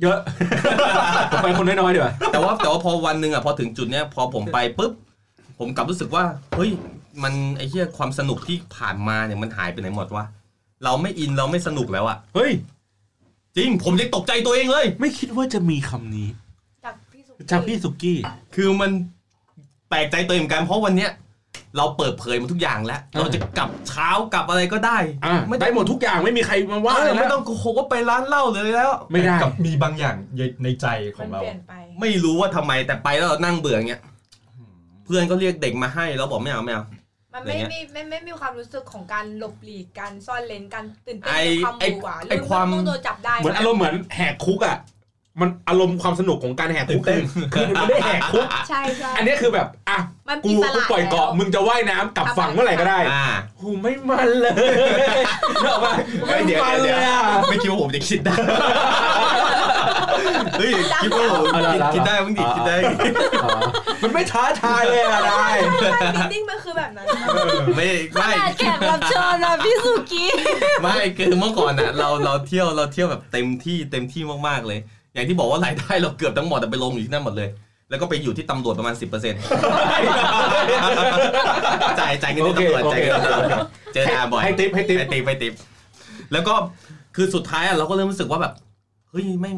S4: เยอะ ผมไปคนน้อยๆดีกว่า
S2: แต่ว่าแต่ว่าพอวันหนึ่งอ่ะพอถึงจุดเนี้ยพอผมไปปุ๊บผมกลับรู้สึกว่าเฮ้ยมันไอ้เหี้ยความสนุกที่ผ่านมาเนี่ยมันหายไปไหนหมดวะเราไม่อินเราไม่สนุกแล้วอ่ะ
S4: เฮ้ย
S2: จริง ผมยังตกใจตัวเองเลย
S4: ไม่คิดว่าจะมีคำนี้
S8: จากพี่สุ
S4: จากพี่สุกี้
S2: คือมันแปลกใจตัวเองเหมือนกันเพราะวันเนี้ยเราเปิดเผยหมาทุกอย่างแล้ว เราจะกลับเช้ากลับอะไรก็ได้
S4: อ่า
S2: ไม่
S4: ได้
S2: ต้อง
S4: หมดทุกอย่างไม่มีใครมาว่า
S2: ว่า
S4: เลย
S2: ไม่
S4: นะ
S2: ต้องโกหกว่าไปร้านเหล้าเลยแล้ว
S4: ไม่ได้
S3: กับมีบางอย่างในใจข
S8: มั
S3: อน งเรา
S8: เปลี่ยนไป
S2: ไม่รู้ว่าทำไมแต่ไปแล้วเรานั่งเบื่อเงี้ยเพื่อนก็เรียกเด็กมาให้เราบอกไม่เอาไม่เอา
S8: มันไม่
S2: อย่างเงี้
S8: มี
S2: ย
S8: ไม่ไม่มีความรู้สึกของการหลบหลีกการซ่อนเลนการตื่นเต้น
S2: ไอ้
S8: กับความหมู่หวา
S2: ไอ้ไอ้ความ
S8: เรื่องโดนจับได้
S4: เหมือนอารมณ์เหมือนแหกคุกอ่ะ มันอารมณ์ความสนุกของการแหกคุก
S3: ตื่นเต้
S4: คือน คือมันไม่ได้แหกคุก
S8: ใช่ใช่
S4: อันนี้คือแบบอ่ะ
S8: มัน
S4: กู
S8: อิส
S4: กู
S8: ระ
S4: ปล่อยเกาะ
S8: แว
S4: มึงจะว่ายน้ำกลับฝั่งเมื่อไหร่ก็ได้
S2: อ่า
S4: หูไม่มันเลยเนกออกปะ
S2: เฮ้ย
S4: ไม่
S2: เดี๋ยว
S4: มัน
S2: เดี๋
S4: เลย ยว อ่ะ
S2: ไม่คิดว่าผมจะคิดได้ เฮ้ยคิดว่าผม
S4: เอาละ
S2: คิดได้มั้งดิ
S4: เอาละ
S2: คิดได้
S4: มันไม่ท้าทายเลยอะได้
S8: จริงๆมันคือแบบนั้นนะ
S2: ไม่
S5: ข
S2: ไม่
S5: นาดแขกรับเชิญนะ พี่สุกี้
S2: ไม่คือเมื่อก่อนอ่ะเราเราเที่ยวเราเที่ยวแบบเต็มที่เต็มที่มากๆเลย อย่างที่บอกว่ารายได้เราเกือบทั้งหมดแต่ไปลงอยู่ที่นั่นหมดเลย แล้วก็ไปอยู่ที่ตำรวจประมาณ 10%จ่ายจ่ายเงิน
S4: โอ
S2: ที่
S4: เค
S2: ตำรวจ
S4: โอ
S2: จ่าย
S4: เค
S2: เงินที่ตำรวจเจอด่าบ่อย
S4: ให้ติ๊บให้ติ๊บ
S2: ไปติบไปติบแล้วก็คือสุดท้ายอะเราก็เริ่มรู้สึกว่าแบบเฮ้ยแม่ง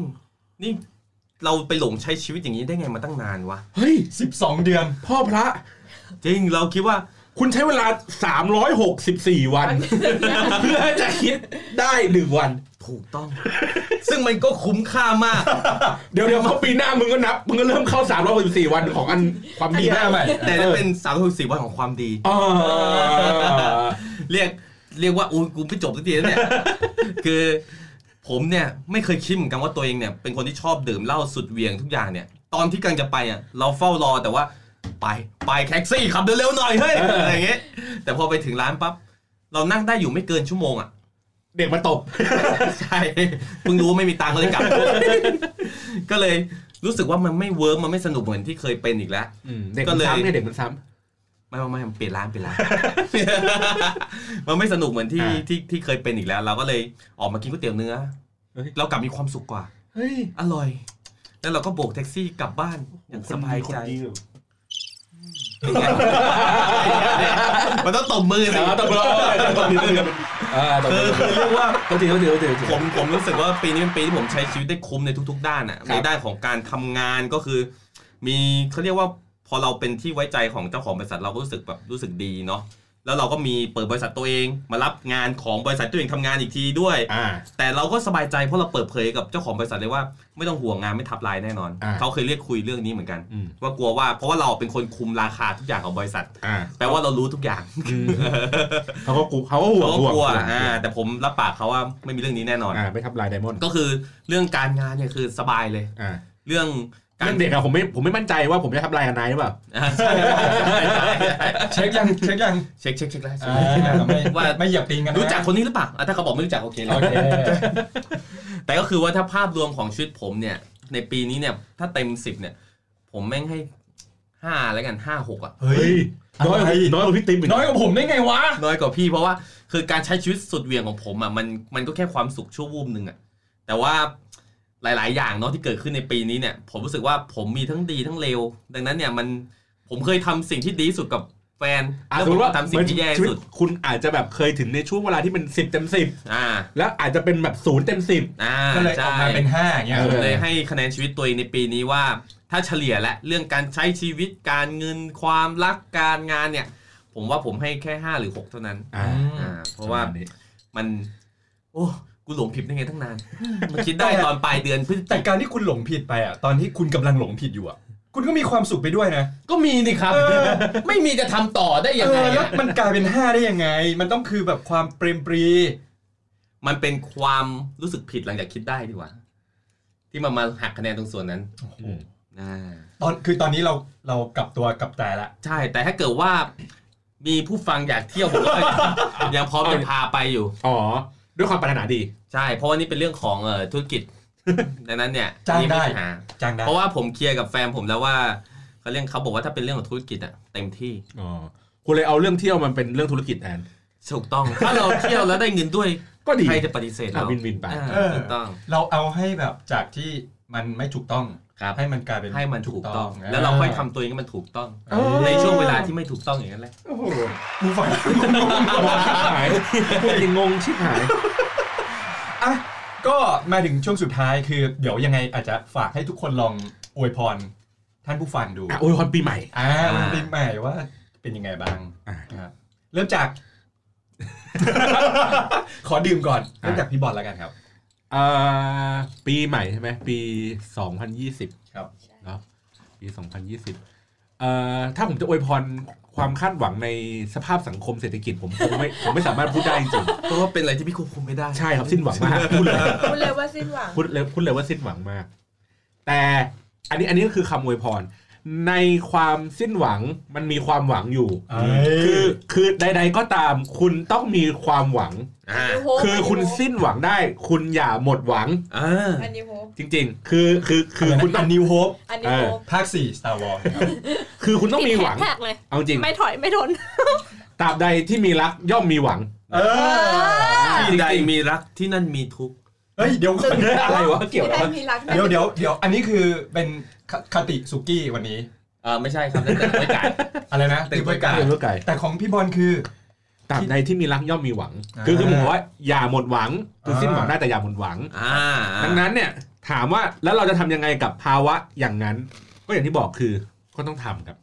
S2: นี่เราไปหลงใช้ชีวิตอย่างนี้ได้ไงมาตั้งนานวะ
S4: เฮ้ย
S3: 12 เดือน
S4: พ่อพระ
S2: จริงเราคิดว่า
S4: คุณใช้เวลา 364 วัน เพื่อจะคิดได้หนึ่งวัน
S2: ถูกต้อง ซึ่งมันก็คุ้มค่ามาก
S4: เดี๋ยวเดี๋ยวพอปีหน้ามึงก็นับ มึงก็เริ่มเข้า 364 วันของอันความดีหน้าใหม่
S2: แต่จะเป็นสามสิบสี่วันของความดี
S4: เออ
S2: เรียกเรียกว่าอุ้ยกูไม่จบสักทีแล้วเนี่ย คือผมเนี่ยไม่เคยคิดเหมือนกันว่าตัวเองเนี่ยเป็นคนที่ชอบดื่มเหล้าสุดเหวียงทุกอย่างเนี่ย ตอนที่กำลังจะไปอ่ะเราเฝ้ารอแต่ว่าไปไปแท็กซี่ขับเร็วๆหน่อยเฮ้ยอะไรอย่างเงี้ยแต่พอไปถึงร้านปั๊บเรานั่งได้อยู่ไม่เกินชั่วโมงอ่ะ
S4: เด็กมาตบ
S2: ใช่เพิ่งรู้ว่าไม่มีตังค์ก็เลยกลับ ก็เลยรู้สึกว่ามันไม่เวิร์กมันไม่สนุกเหมือนที่เคยเป็นอีกแล้ว
S4: เด็กมันซ้ำไงเด็กมันซ้
S2: ไม่ไม่ไม่มันเปลี่ยนร้านเปลี่ยนร้าน มันไม่สนุกเหมือนที่
S4: อ่า
S2: ที่ที่เคยเป็นอีกแล้ว เราก็เลยออกมากินก๋วยเตี๋ยวเนื้อ
S4: เฮ้ย
S2: เรากลับมีความสุขกว่า
S4: ำเฮ้ย
S2: อร่อย แล้วเราก็โบกแท็กซี่กลับบ้านอย่างสบายใจเป็นไง มันต้องตบมือสิ
S4: ตบมือตบมือตบมืออ่าตบ
S2: คื
S4: มื
S2: อ
S4: อ
S2: คือเรียกว่า
S4: ตบมือตบมือตบมื
S2: ผ
S4: อ
S2: มผมรู้สึกว่าปีนี้เป็นปีที่ผมใช้ชีวิตได้คุ้มในทุก ๆ ด้านอะ
S4: ครับ
S2: ในด้านของการทำงานก็คือ มีเขาเรียกว่าพอเราเป็นที่ไว้ใจของเจ้าของบริษัทเราก็รู้สึกแบบรู้สึกดีเนาะ แล้วเราก็มีเปิดบริษัทตัวเอง มารับงานของบริษัทตัวเองทำงานอีกทีด้วย
S4: อ่า
S2: แต่เราก็สบายใจเพราะเราเปิดเผยกับเจ้าของบริษัทเลยว่าไม่ต้องห่วงงานไม่ทับลายแน่นอน
S4: อ่า
S2: เขาเคยเรียกคุยเรื่องนี้เหมือนกัน
S4: อืม
S2: ว่ากลัวว่าเพราะว่าเราเป็นคนคุมราคาทุกอย่างของบริษัท
S4: อ่า
S2: แปลว่าเรารู้ทุกอย่าง
S4: อืมเขาก็กลัวเขาก็ห่ว
S2: เราก็
S4: งห่วง
S2: กลัว
S4: ห่วง
S2: อ่าแต่ผมรับปากเขาว่าไม่มีเรื่องนี้แน่นอน
S4: อ่าไม่ทับลายไดมอนด์
S2: ก็คือเรื่องการงานเนี่ยคือสบายเลย
S4: อ่า
S2: เรื่องการ
S4: เรื่องเด็กอะผมไม่ผมไม่มั่นใจว่าผมจะทับลายกับนายหรือเปล่า
S2: อ่าใช่ใช่ใช่ใช่
S3: เช็คยังเช็คยัง
S2: เช็คเช็คเช็คแล้วเช็ค
S3: อ่าไม่
S2: ว่า
S3: ไม่เหยียบตีนกันะ
S2: รู้จักคนนี้หรือเปล่าอ่ะถ้าเขาบอกไม่รู้จักโอเคเล
S3: โอย เค
S2: แต่ก็คือว่าถ้าภาพรวมของชีวิตผมเนี่ย ในปีนี้เนี่ย ถ้าเต็มสิบเนี่ย ผมแม่งให้ห้าแล้วกันห้าหกอ่ะ
S3: เฮ้ย
S4: น้อยกว่า
S3: อะไร
S4: น้อยกว่าพี่ติ๊มอีก
S3: น้อยกว่าผมได้ไงวะ
S2: น้อยกว่าพี่เพราะว่าคือการใช้ชีวิตสุดเหวี่ยงของผมอ่ะมันมันก็แค่ความสุขชั่ววูบหนึ่งอ่ะแต่ว่าหลาย ๆ อย่างเนาะที่เกิดขึ้นในปีนี้เนี่ย ผมรู้สึกว่าผมมีทั้งดีทั้งเลวดังนั้นเนี่ยมันผมเคยทำสิ่งที่ดีที่สุดกับแฟน
S4: อ่ะ
S2: แล้ว
S4: สม
S2: ผมม
S4: ติว่า
S2: ก็ทำสิ่งที่แย่ที่สุด
S4: คุณอาจจะแบบเคยถึงในช่วงเวลาที่เป็นสิบเต็มสิบ
S2: อ่า
S4: แล้วอาจจะเป็นแบบศูนย์เต็มสิบ
S2: อ่า
S3: ก็เลยอ
S2: ใช่
S3: อกมาเป็นห้าอย่างเงี้ย
S4: เอ
S2: ผม
S4: อ
S2: เลยให้คะแนนชีวิตตัวเองในปีนี้ว่า ถ้าเฉลี่ยและเรื่องการใช้ชีวิตการเงินความรักการงานเนี่ย ผมว่าผมให้แค่ห้าหรือหกเท่านั้น
S4: อ่า
S2: อ่าเพราะว่า
S4: ปมณนี้
S2: มัน โอ้กูหลงผิดได้ไงตั้งนาน มันคิดได้ตอนปลายเดือนพฤศจิ
S3: แต่
S2: กายน
S3: การที่คุณหลงผิดไปอ่ะ ตอนที่คุณกำลังหลงผิดอยู่อ่ะ คุณก็มีความสุขไปด้วยนะ
S2: ก็มีนี่ครับ
S3: เออ
S2: ไม่มีจะทำต่อได้ยัง
S3: เอ
S2: ไง
S3: อแล้ว
S2: อะ
S3: มันกลายเป็นห้าได้ยังไง มันต้องคือแบบความเปรมปรี
S2: มันเป็นความรู้สึกผิดหลังจากคิดได้ดีกว่า ที่มันมาหักคะแนนตรงส่วนนั้น
S4: อืม
S2: อ่า
S3: ตอนคือตอนนี้เราเรากลับตัวกลับใจละ
S2: ใช่ แต่ถ้าเกิดว่า มีผู้ฟังอยากเที่ยวผมก็ ยังพร้อมจะพาไปอยู่
S4: อ๋อ ด้วยความปรารถนาดี
S2: ใช่ เพราะว่านี่เป็นเรื่องของเอ่อธุรกิจ ดังนั้นเนี่ย
S3: จ้าง
S2: นี่ม่
S3: ได้
S2: ปัญหา
S3: จ้างได้
S2: เพราะว่าผมเคลียร์กับแฟนผมแล้วว่าเขาเรื่องเขาบอกว่าถ้าเป็นเรื่องของธุรกิจอะเต็มที่
S4: อ๋อ คุณเลยเอาเรื่องเที่ยวมันเป็นเรื่องธุรกิจแทน
S2: ถูก ต้อง ถ้าเราเที่ยวแล้วได้เงินด้วย
S4: ก็ดี
S2: ใครจะปฏิเสธ
S4: อ่ะ
S2: เรา
S4: วินวินไป
S2: อ่า
S3: เออ
S2: ถูกต้อง
S3: เราเอาให้แบบจากที่มันไม่ถูกต้อง
S2: ครับ
S3: ให้มันกลายเป็น
S2: ให้มันถูกต้อง แล้วเราค่อยทำตัวเองให้มันถูกต้อง
S4: เออ
S2: ในช่วงเวลาที่ไม่ถูกต้องอย่างนั้นแหละ
S4: โอ้โห
S3: กูฝัน
S4: ชิบหายพูดจริงงงชิบหาย
S3: อ่ะ ก็มาถึงช่วงสุดท้ายคือ เดี๋ยวยังไงอาจจะฝากให้ทุกคนลองอวยพรท่านผู้ฟังดู
S4: อ่ะโอ้ยคนปีใหม่
S3: อ่าปีใหม่ว่าเป็นยังไงบ้าง
S4: อ่า
S3: นะครับเริ่มจาก ขอดื่มก่อน เริ่มจากพี่บอลแล้วกันครับ
S4: เอ่อปีใหม่ใช่ไหมปี 2020
S3: ครับ
S4: เนาะปี 2020เอ่อถ้าผมจะอวยพรความคาดหวังในสภาพสังคมเศรษฐกิจผมผมไม่ผมไม่สามารถพูดได้จริง
S2: เพราะว่าเป็นอะไรที่พี่ควบคุมไม่ได้
S4: ๆใช่ครับสิ้นหวังมากพูดเลย
S8: พูดเลยว่าสิ้นหวัง
S4: พูดเลยพูดเลยว่าสิ้นหวังมาก แต่อันนี้อันนี้ก็คือคำอวยพร ในความสิ้นหวังมันมีความหวังอยู่
S3: เอ้ย
S4: คือคือใด ๆ ก็ตามคุณต้องมีความหวัง
S2: อ่า
S4: คือคุณสิ้นหวังได้ คุณอย่าหมดหวัง
S2: อ่า
S8: อันนี้โฮป
S4: จริง ๆ คือคือคือ
S3: อันนั้น
S4: คุณต้อง
S3: อันนิวโฮป
S8: อันนี้
S4: เอ
S8: โฮ
S4: อ
S8: ป
S3: ภาค 4 Star Wars ครับ
S4: คือคุณต้องมีหวัง
S5: ติดแฮชแท็กเลย
S4: เอาจริง
S5: ไม่ถอยไม่ทน
S4: ตราบใดที่มีรักย่อมมีหวัง
S3: เออ
S2: ที่ใดมีรักที่นั่นมีทุกข์
S3: เฮ้ย เดี๋ยวก่อน
S4: อะไรวะเกี่ยว
S8: ที่
S4: อะไร
S8: ได้
S4: วะ
S8: มีรัก
S3: เดี๋ยวเดี๋ยวเดี๋ยวอันนี้คือเป็นคคติสุกี้วันนี้
S2: เออไม่ใช่ครับ นั่นแต่ไม่จ่าย
S3: อะไรนะ
S2: เป็น
S3: ติดประกาศ
S4: เรื่องรู้ไก่
S3: แต่ของพี่บอลคือ
S4: ตราบใดที่มีรักย่อมมีหวัง
S3: อ่า
S4: คือคือผมบอกว่าอย่าหมดหวัง คุณ
S3: อ่า
S4: สิ้นหวังได้แต่อย่าหมดหวัง
S2: อ่า
S4: ดังนั้นเนี่ยถามว่าแล้วเราจะทำยังไงกับภาวะอย่างนั้น ก็อย่างที่บอกคือก็ต้องทำครับ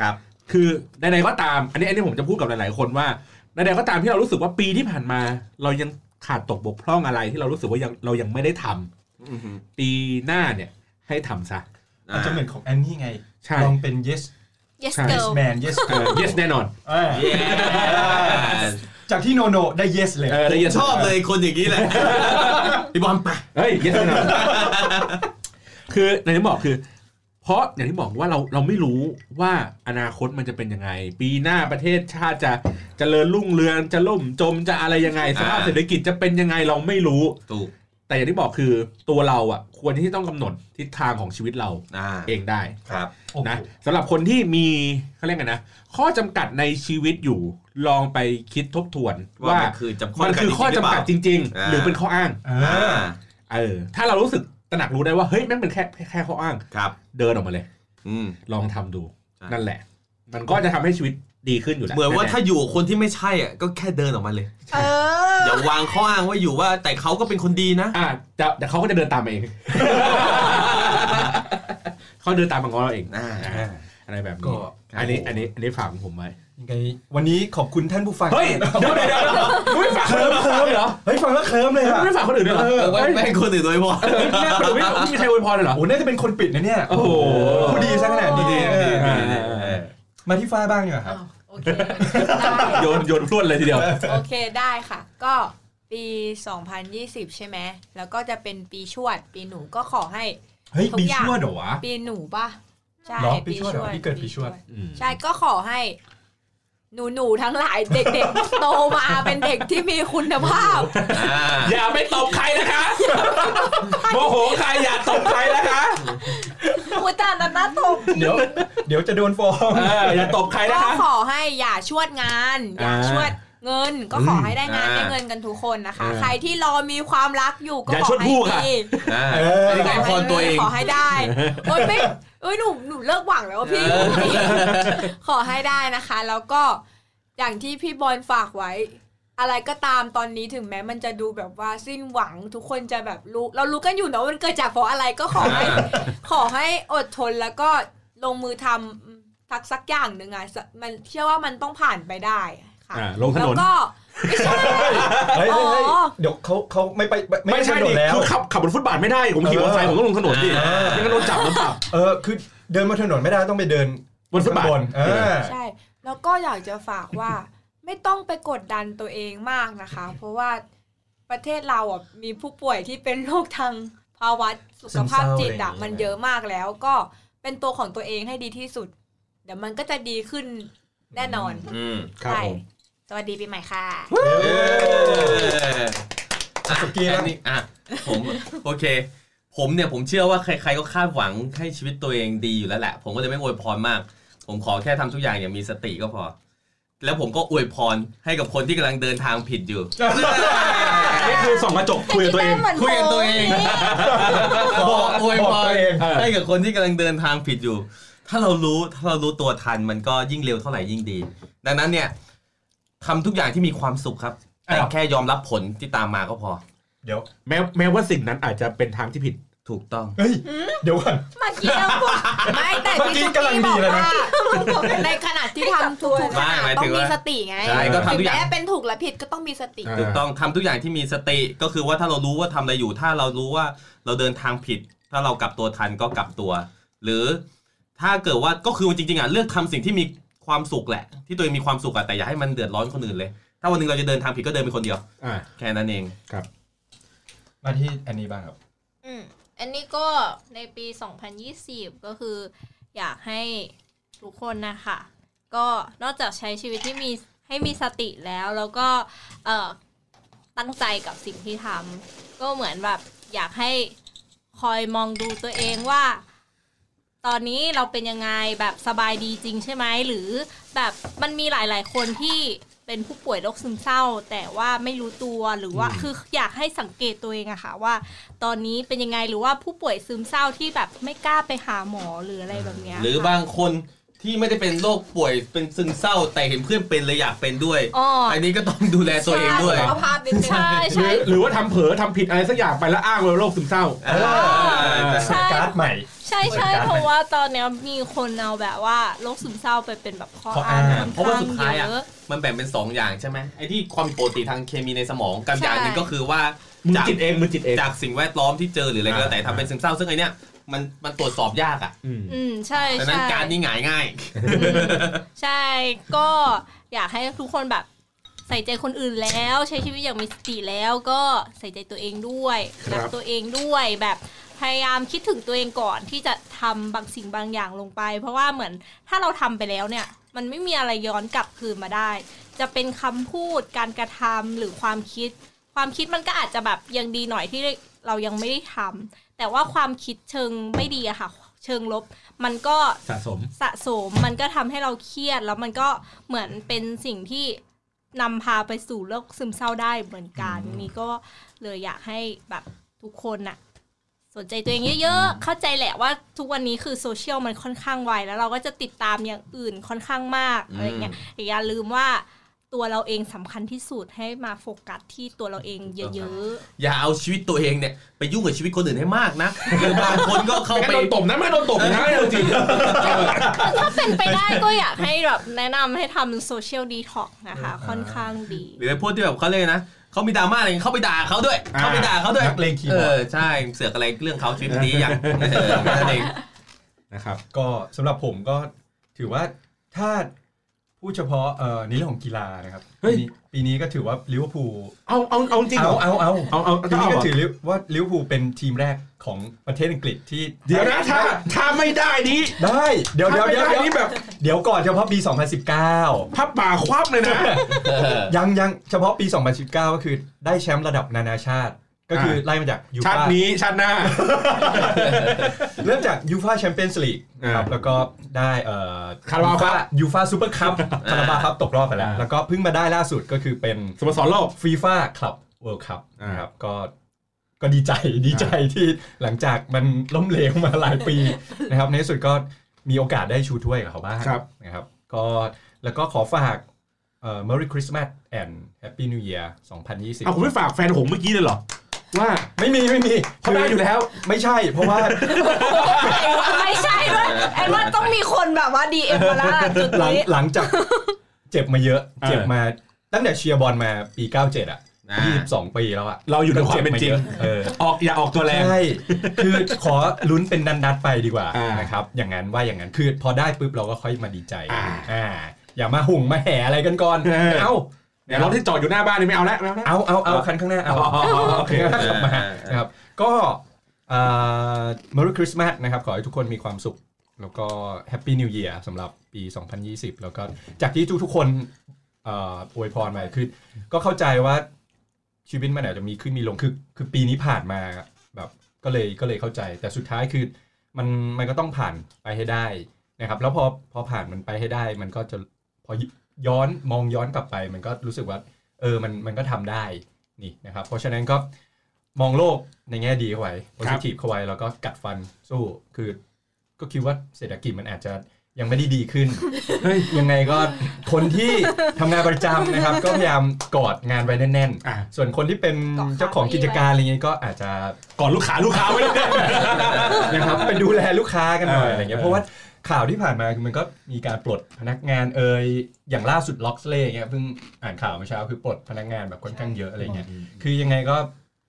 S2: ครับ
S4: คือใดๆก็ตาม อันนี้อันนี้ผมจะพูดกับหลาย ๆ คนว่าใดๆก็ตามที่เรารู้สึกว่าปีที่ผ่านมา เรายังขาดตกบกพร่องอะไรที่เรารู้สึกว่ายังเรายังไม่ได้ทำ
S2: อือหือ
S4: ปีหน้าเนี่ยให้ทำซะ
S2: อ่า
S3: มันจะเหมือนของแอนนี่ไง
S4: ใช่
S3: ลองเป็น yes
S5: yes
S4: ใช่
S5: girl
S3: man yes
S4: เออ yes แน่นอน
S3: อ่า
S2: เย้
S3: จากที่โนโนได้ yes เลย
S4: เออได้ yes
S2: ชอบเลยคนอย่างนี้แหละ พี่บอลไป
S4: เฮ้ย yes แน่นอน คือในที่บอกคือ เพราะอย่างที่บอกว่าเราเราไม่รู้ว่าอนาคตมันจะเป็นยังไง ปีหน้าประเทศชาติจะจะเจริญรุ่งเรืองจะล่มจมจะอะไรยังไงสภาพเศรษฐกิจจะเป็นยังไงเราไม่รู้
S2: ถูก
S4: แต่อย่างที่บอกคือตัวเราอ่ะควรที่ต้องกำหนดทิศทางของชีวิตเรา
S2: อ่า
S4: เองได้
S2: ครับ
S3: โอ้โห
S4: นะสำหรับคนที่มีเขาเรียกไงนะ ข้อจำกัดในชีวิตอยู่ลองไปคิดทบทวน
S2: ว่า
S4: ว่า
S2: มันคือจำ
S4: มันคือข้อจำกัดจ
S2: ริง
S4: ริง
S2: อ่า
S4: ๆ หรือเป็นข้ออ้าง
S3: อ่
S2: ๆอ่า
S3: า
S4: เออถ้าเรารู้สึกตระหนักรู้ได้ว่าเฮ้ยแม่งเป็นแค่แค่แค่ข้ออ้าง
S2: ครับ
S4: เดินออกมาเลย
S2: อืม
S4: ลองทำดู
S2: ใช่
S4: นั่นแหละ มันก็จะทำให้ชีวิตดีขึ้นอยู่แล้ว
S2: เหมือนว่า
S4: แๆ
S2: ถ้าอยู่กับคนที่ไม่ใช่อ่ะก็แค่เดินออกมาเลย
S5: เออ
S2: อย่าวางข้ออ้างว่าอยู่ว่าแต่เขาก็เป็นคนดีนะ
S4: อ่ะแต่แต่เขาก็จะเดินตามมาเอง เขาเดินตามมาง้อเราเอง
S2: อ่า
S4: อะไรแบบ
S3: ก็
S4: นี้อันนี้อันนี้อันนี้ฝากของผมไว้
S3: ยังไงวันนี้ขอบคุณท่านผู้ฟัง
S4: เฮ้ยเดี๋ยวเดี๋ยวเดี๋ยวเดี๋ยวมึงไม่ฝากคนอื่นบ้างเหรอ
S3: เฮ้ยฟังแล้วเคลิ้มเลย
S4: มึ
S3: อะ
S4: งไม่ฝากคนอื่นด้วยเหรอ
S2: เออ
S4: เฮ้ย
S2: แม่งคนอื่นโดยบอก
S4: เออเนี่ยคนอื่นไม่ไม่มีใครอวยพรเลยเหรอ
S3: โอ้โหน่าจะเป็นคนปิดนะเนี่ย
S4: โอ้โห
S3: ผู้ดีซะขนาดนี้
S2: ดี
S3: เอ
S2: ดี
S3: อ
S2: ดีดี
S3: มาที่ฟ้าบ้างดีกว่าครับ
S5: อ้าวโอเค
S4: โยนโยนพรวดเลยทีเดียว
S6: โอเคได้ค่ะ ก็ปี 2020 ใช่ไหมแล้วก็จะเป็นปีชวด ปีหนูก็ขอให้
S3: เฮ้ย
S6: ทุก
S3: ปี
S6: อย่าง
S3: ชั่วเหรอวะ
S6: ปีหนูป่ะใช่
S3: เหรอปีชวดเหรอพี่เกิดปีชวด
S6: ใช่ก็ขอให้ หนูหนูๆทั้งหลายเด็กๆ โตมาเป็นเด็กที่มีคุณภาพ
S2: อ่า
S4: อย่าไปตบใครนะคะ โมโหใครอย่าตบใครนะคะ
S5: อุยตานันน่าตบ
S3: เดี๋ยวเดี๋ยวจะโดนฟ้อง
S4: เอออย่าตบใครนะ
S6: ก็
S4: คะ
S6: ขอให้อย่าชวดงาน อย่า
S4: อ่า
S6: ชวดเงิน ก็
S4: อืม
S6: ขอให้ได้งาน
S2: อ่า
S6: ได้เงินกันทุกคนนะคะ
S4: เออ
S6: ใครที่รอมีความรักอยู่ก็
S4: อย่า
S6: ข
S4: ช
S6: อ
S4: วด
S6: ให้
S4: ผู้ค่ะ
S6: มี
S2: อ่า
S3: เออ
S2: อันนี้ก็พรตัวเอง
S6: ขอให้ได้โอ๊ยไม่เอ้ยหนูหนูเลิกหวังแล้วอะพี่
S2: เออ
S6: ขอให้ได้นะคะ แล้วก็อย่างที่พี่บอลฝากไว้ อะไรก็ตามตอนนี้ถึงแม้มันจะดูแบบว่าสิ้นหวังทุกคนจะแบบรู้เรารู้กันอยู่นะว่ามันเกิดจากเพราะอะไรก็ขอ ให้ ขอให้อดทนแล้วก็ลงมือทำทักสักอย่างหนึ่งอ่ะสมันเชื่อว่ามันต้องผ่านไปได้ค่ะ
S4: อ่าลงถ
S6: แล้
S4: น
S6: ว
S4: น
S6: ก็ไม่ใช่
S3: เฮ้ยเฮ้ยเฮ้ย
S6: อ๋อ
S3: เดี๋ยวเขาเขาไม่ไป
S4: ไม่ใช่
S3: ปถน
S4: ดิ
S3: นแล้ว
S4: คือขับขับบนฟุตบาทไม่ได้ ผมขี่มอเตอร์ไซค์ผมต้องลงถนนดิ
S2: อ่า
S4: ยังก็โดนจับแล้วปรับ
S3: เออคือเดินบนถนนไม่ได้ต้องไปเดิน
S4: บนฟุตบาท
S3: ข้งเออ
S6: ใช่ แล้วก็อยากจะฝากว่า ไม่ต้องไปกดดันตัวเองมากนะคะ เพราะว่าประเทศเราอ่ะมีผู้ป่วยที่เป็นโรคทางภาวะสุขภาพจิตอ่ะ
S3: ซึมเศร้าอะไรอย่างเงี้ย
S6: มันเยอะมากแล้วก็เป็นตัวของตัวเองให้ดีที่สุด เดี๋ยวมันก็จะดีขึ้นแน่นอน
S2: อืม
S4: ครับ
S6: ใช่
S4: ผม
S6: สวัสดีปีใหม่ค่ะ
S2: เอ
S3: เออ
S2: อ
S3: อ่ะสุกี้นะ
S2: อันนี้อ่ะผมโอเค ผมเนี่ยผมเชื่อว่าใครๆก็คาดหวังให้ชีวิตตัวเองดีอยู่แล้วแหละ ผมก็เลยไม่อวยพรมาก ผมขอแค่ทำทุกอย่างอย่างมีสติก็พอ แล้วผมก็อวยพรให้กับคนที่กำลังเดินทางผิดอยู่
S4: นี่คือส่องกระจกคุยกับตัวเอง
S2: คุยกับตัวเอง บอกอวยพ
S3: บอกตั
S2: ร
S3: วเอง
S4: เออ
S2: ให้กับคนที่กำลังเดินทางผิดอยู่ ถ้าเรารู้ถ้าเรารู้ตัวทันมันก็ยิ่งเร็วเท่าไหร่ยิ่งดี ดังนั้นเนี่ยทำทุกอย่างที่มีความสุขครับ แต่
S3: อ้าว
S2: แค่ยอมรับผลที่ตามมาก็พอ
S3: เดี๋ยว
S4: แม้แม้ว่าสิ่งนั้นอาจจะเป็นทางที่ผิด
S2: ถูกต้อง
S3: เฮ้ยเดี๋ยวก่อน
S6: เมื่อกี้เราพูดไม่แต่
S3: เมื่อกี้
S6: พี่
S3: กำลังดีเลยนะ
S6: บอกว่าในขณะที่ทำทุกๆขณะ
S2: ไม่หมาย
S6: ต้
S2: ถึ
S6: อง ง
S2: ว่า
S6: มีสติไง
S2: ใช่ก็ทำทุ
S6: ถึ
S2: ก
S6: ง
S2: อย่าง
S6: แม้เป็นถูกและผิดก็ต้องมีสติ
S4: อ่า
S2: ถูกต้องทำทุกอย่างที่มีสติก็คือว่าถ้าเรารู้ว่าทำอะไรอยู่ ถ้าเรารู้ว่าเราเดินทางผิด ถ้าเรากลับตัวทันก็กลับตัว หรือถ้าเกิดว่าก็คือจริงๆอ่ะเลือกทำสิ่งที่มีความสุขแหละ ที่ตัวเองมีความสุขอ่ะแต่อย่าให้มันเดือดร้อนคนอื่นเลย ถ้าวันหนึงเราจะเดินทางผิดก็เดินเป็นคนเดียว
S4: อ่า
S2: แค่นั้นเอง
S3: มาที่อันนี้บ้างครับ
S5: อืมอันนี้ก็ในปี 2020 ก็คืออยากให้ทุกคนนะคะ ก็นอกจากใช้ชีวิตที่มีให้มีสติแล้ว แล้วก็เอ่อตั้งใจกับสิ่งที่ทำก็เหมือนแบบอยากให้คอยมองดูตัวเองว่า ตอนนี้เราเป็นยังไงแบบสบายดีจริงใช่ไหมหรือแบบมันมีหลาย ๆ คนที่เป็นผู้ป่วยโรคซึมเศร้า แต่ว่าไม่รู้ตัวหรือว่า
S4: อืม
S5: คืออยากให้สังเกตตัวเองอะค่ะว่า ตอนนี้เป็นยังไงหรือว่าผู้ป่วยซึมเศร้าที่แบบไม่กล้าไปหาหมอหรืออะไรแบบเนี้ย
S2: หรือบางคนที่ไม่ได้เป็นโรคป่วยเป็นซึมเศร้าแต่เห็นเพื่อนเป็นเลยอยากเป็นด้วย
S5: อ๋อ
S2: อันนี้ก็ต้องดูแลตัวเองด้วย
S8: สุขภาพนิดนึง
S5: ใช่
S4: หรื
S5: ใช่
S4: อหรือว่าทำเผลอทำผิดอะไรสักอย่างไปแล้วอ้างว่าโรคซึมเศร้า
S2: เออ
S5: ใช่
S3: การ์ดใหม่
S5: ใช่ใช่
S3: เหมือนกัน
S5: เพราะว่าตอนเนี้ยมีคนเอาแบบว่าโรคซึมเศร้าไปเป็นแบบข้อ
S3: ข้ออ้า
S5: อ้าง งค่อน
S2: เพราะว่า
S5: ข้าง
S2: สุดท้ายอ่ะ
S5: เยอะ
S2: มันแบ่งเป็นสองอย่างใช่ไหมไอ้ที่ความผิดปกติทางเคมีในสมองกับอย่างหนึ่ง
S5: ใช่
S2: ก็คือว่า
S4: มือ
S2: จาก
S4: จิตเองมือจิตเอง
S2: จากสิ่งแวดล้อมที่เจอหรืออะไรก็แล้วแต่
S4: อ่า
S2: ทำเป็นซึมเศร้า ซึ่งไอเนี้ยมันมันตรวจสอบยากอ่ะ
S4: อืม
S5: อืมใช่
S2: ดัง
S5: ใช่
S2: นั้นการนี่หงายง่าย
S5: ใช่ก็อยากให้ทุกคนแบบใส่ใจคนอื่นแล้ว ใช้ชีวิตอย่างมีสติแล้วก็ใส่ใจตัวเองด้วย
S4: ครับ
S5: รัตัวเองด้วยแบบพยายามคิดถึงตัวเองก่อนที่จะทำบางสิ่งบางอย่างลงไป เพราะว่าเหมือนถ้าเราทำไปแล้วเนี่ย มันไม่มีอะไรย้อนกลับคืนมาได้ จะเป็นคำพูดการกระทำหรือความคิด ความคิดมันก็อาจจะแบบยังดีหน่อยที่เรายังไม่ได้ทำแต่ว่าความคิดเชิงไม่ดีอะค่ะ เชิงลบมันก็
S4: สะสม
S5: สะสมมันก็ทำให้เราเครียด แล้วมันก็เหมือนเป็นสิ่งที่นำพาไปสู่โรคซึมเศร้าได้เหมือนกัน นี่ก็เลยอยากให้แบบทุกคนน่ะ สนใจตัวเองเยอะๆ เข้าใจแหละว่าทุกวันนี้คือโซเชียลมันค่อนข้างไวแล้วเราก็จะติดตามอย่างอื่นค่อนข้างมาก
S2: อืม
S5: อะไรเงี้ยแต่อย่าลืมว่า ตัวเราเองสำคัญที่สุดให้มาโฟกัสที่ตัวเราเองเยอะ
S2: อย่าเอาชีวิตตัวเองเนี่ยไปยุ่งกับชีวิตคนอื่นให้มาก นะคือบางคนก็เข้า
S4: ไม่
S2: ไป
S4: โดนตบนะไม่โดนตบนะเอาจริง
S5: ๆ ถ้าเป็นไปได้ก็อยากให้แบบแนะนำให้ทำโซเชียลดีท็อกนะคะ ค่อนข้างดี
S2: หรือไอ้พวกที่แบบเขาเรียกนะเขามีดราม่าอะไรเขาไปด่าเขาด้วย
S4: อ่า
S2: เขาไปด่าเขาด้วย
S3: นักเลงคีย์บอร์ด
S2: เออใช่เสือกอะไรเรื่องเขาชีวิตนี้อย่าง เออนั่นเอง
S4: นะครับ
S3: ก็สำหรับผมก็ถือว่าถ้าพูดเฉพาะเอ่อในเรื่องของกีฬานะครับ
S4: เฮ้ย
S3: ปีนี้ปีนี้ก็ถือว่าลิเวอร์พูล
S4: เอาเอาเอาจริงเหร
S3: เอา
S4: อ
S3: เอาเอา
S4: เอาเอา
S3: ปีนี้ก็ถื
S4: อ
S3: อว่าลิเวอร์พูลเป็นทีมแรกของประเทศอังกฤษที่
S4: เดี๋ยวนะถ้าถ้าไม่ได้นี้
S3: ได้เดี๋ยวเดี๋ยว
S4: ถ้า
S3: เดี๋ยว
S4: ไม่ได้
S3: เดี๋ยว
S4: นี้แบบ
S3: เดี๋ยวก่อนเฉพาะปี
S4: พับป่าควับเลยนะ
S2: เออ
S3: 2019 ยังยังเฉพาะปี 2019 ก็คือได้แชมป์ระดับนานาชาติ ก็คือไล่มาจากยู
S4: ชาติ
S3: ฟ่า
S4: นี้ชาติหน้า
S3: เริ่มจากยูฟ a าแชมเปี้ยนส์ลีกครับ
S4: อ่า
S3: แล้วก็ได้เอ่อ
S4: Carabao Cup
S3: ยูฟาซูเปอร์คัพคาราบาคัพตกรอบไปแล้ว
S4: อ่า
S3: แล้วก็เพิ่งมาได้ล่าสุดก็คือเป็น
S4: สโมสรโลก
S3: ฟีฟ่าคลับเวิลด์คัพ
S4: อ่า
S3: ครับก็ก็ดีใจดีใจที่หลังจากมันล้มเหลวมาหลายปี นะครับ ในที่สุดก็มีโอกาสได้ชูถ้วยกับเขาบ้างนะครับก็แล้วก็ขอฝากเอ่อ Merry Christmas and Happy New Year 2020
S4: เอาคุณไม่ฝากแฟนผมเมื่อกี้เลยเหรอ ว่า
S3: ไม่มีไม่มี
S4: เขาได้อยู่แล้ว
S3: ไม่ใช่เพราะว่า
S5: ไม่ใช่ด้วยแอนว่าต้องมีคนแบบว่าดีเอ็มมาแล้วล่ะจุด
S3: หลัง
S5: นี้
S3: หลังจาก เจ็บมาเยอะ
S4: เออ
S3: เจ็บมาตั้งแต่เชียร์บอลมาปี 97 อ่ะ
S2: นะ
S3: 22 ปีแล้วอ่ะ
S4: เราอยู่ในความเป็นจริง
S3: จ็บมาเยอะเออ
S4: ออกอย่าออกตัวแรง
S3: ใช่คือขอลุ้นเป็นนันดัดๆไปดีกว่า
S4: อ่าน
S3: นะครับ อย่างนั้นว่าอย่างนั้นคือพอได้ปุ๊บเราก็ค่อยมาดีใจ
S4: อ่า
S3: อ่าอย่ามาหุ่งมาแห่อะไรกันก่อน
S4: เออ
S3: เอา
S4: เดี๋ยวรถที่จอดอยู่หน้าบ้านนี่ไม่เอาแล้วไม่เอาแล้ว
S3: เอาเอาเอาคันข้างหน้าเอา
S4: อ๋ออ๋ออ๋อโอเค
S3: คันข้างหน้ากลับมานะครับ ก็เอ่อ Merry Christmas นะครับ ขอให้ทุกคนมีความสุข แล้วก็ Happy New Year สำหรับปี 2020 แล้วก็จากที่ทุกๆคนเอ่ออวยพรมาคือก็เข้าใจว่าชีวิตมันอาจจะมีขึ้นมีลงคือคือปีนี้ผ่านมาแบบก็เลยก็เลยเข้าใจ แต่สุดท้ายคือมันมันก็ต้องผ่านไปให้ได้นะครับ แล้วพอพอผ่านมันไปให้ได้ มันก็จะพอย้อนมองย้อนกลับไป มันก็รู้สึกว่า เออมันมันก็ทำได้นี่นะครับ เพราะฉะนั้นก็มองโลกในแง่ดีเข้าไว้ positive เข้าไว้แล้วก็กัดฟันสู้คือ ก็คิดว่าเศรษฐกิจมันอาจจะยังไม่ได้ดีขึ้น
S4: เฮ้ย
S3: ยังไงก็คนที่ทำงานประจำนะครับ ก็พยายามกอดงานไว้แน่น
S4: อ่ะ
S3: ๆ ส่วนคนที่เป็นเจ้าของกิจการอะไรเงี้ยก็อาจจะ
S4: ก่อนลูกค้าลูกค้าไว้เลย
S3: นะครับไปดูแลลูกค้ากันหน่อย
S4: เอออ
S3: อะไรเงี้ย
S4: เออ
S3: เพราะว่าข่าวที่ผ่านมาคือมันก็มีการปลดพนักงานเอ่ยอย่างล่าสุดล็อกเล่เงี้ยเพิ่งอ่านข่าวเมื่อเช้าคือปลดพนักงานแบบค่อนข้างเยอะอะไรเงี้ย คือยังไงก็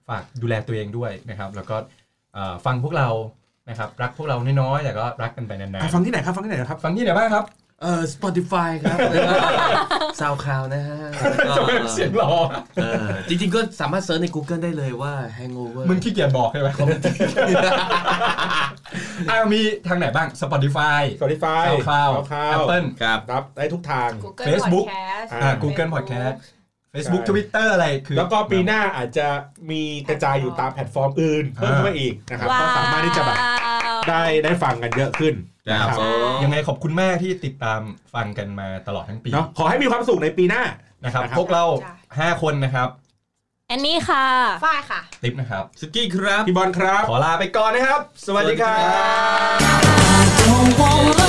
S3: ฝากดูแลตัวเองด้วยนะครับ แล้วก็เอ่อฟังพวกเรานะครับรักพวกเราน้อยๆแต่ก็รักกันไปนาน
S4: อ่ะฟังที่ไหนครับฟังที่ไหนครับ
S3: ๆฟังที่ไหนบ้างครับ
S2: เออ Spotify ครับซาวคลาวนะฮะ
S3: จะเป็นเสียงหลอ
S2: เออจริงๆก็สามารถเซิร์ชใน Google ได้เลยว่า Hangover
S3: มึงขี้เกียจบอกใช่ไหมอ่ามีทางไหนบ้าง Spotify
S4: Spotify
S3: SoundCloud Apple
S2: ครับ
S4: รับได้ทุกทาง
S8: Google
S3: Facebook
S8: Podcast
S3: อ่า Google Podcast Facebook
S4: ใช่
S3: Twitter อะไรคือ
S4: แล้วก็ปีหน้าอาจจะมีกระจายอยู่ตามแพลตฟอร์มอื่นเพิ่ม
S3: อ่า
S4: ขึ้นมาอีกนะครับก็สามารถที่จะแบบได้ได้ฟังกันเยอะขึ้นนะครับ
S3: ยังไงขอบคุณมากที่ติดตามฟังกันมาตลอดทั้งปี
S4: เนาะขอให้มีความสุขในปีหน้า
S3: นะครับ
S4: นะครับ
S3: พวกเรา 5 คนนะครับ
S5: แอนนี่ค่ะ
S8: ฝ้ายค่ะ
S3: ติ๊บนะครับ
S2: สุกี้ ครับ
S4: พี่บอลครับ
S3: ขอลาไปก่อนนะครับ สวัสดีครับ
S1: don't wanna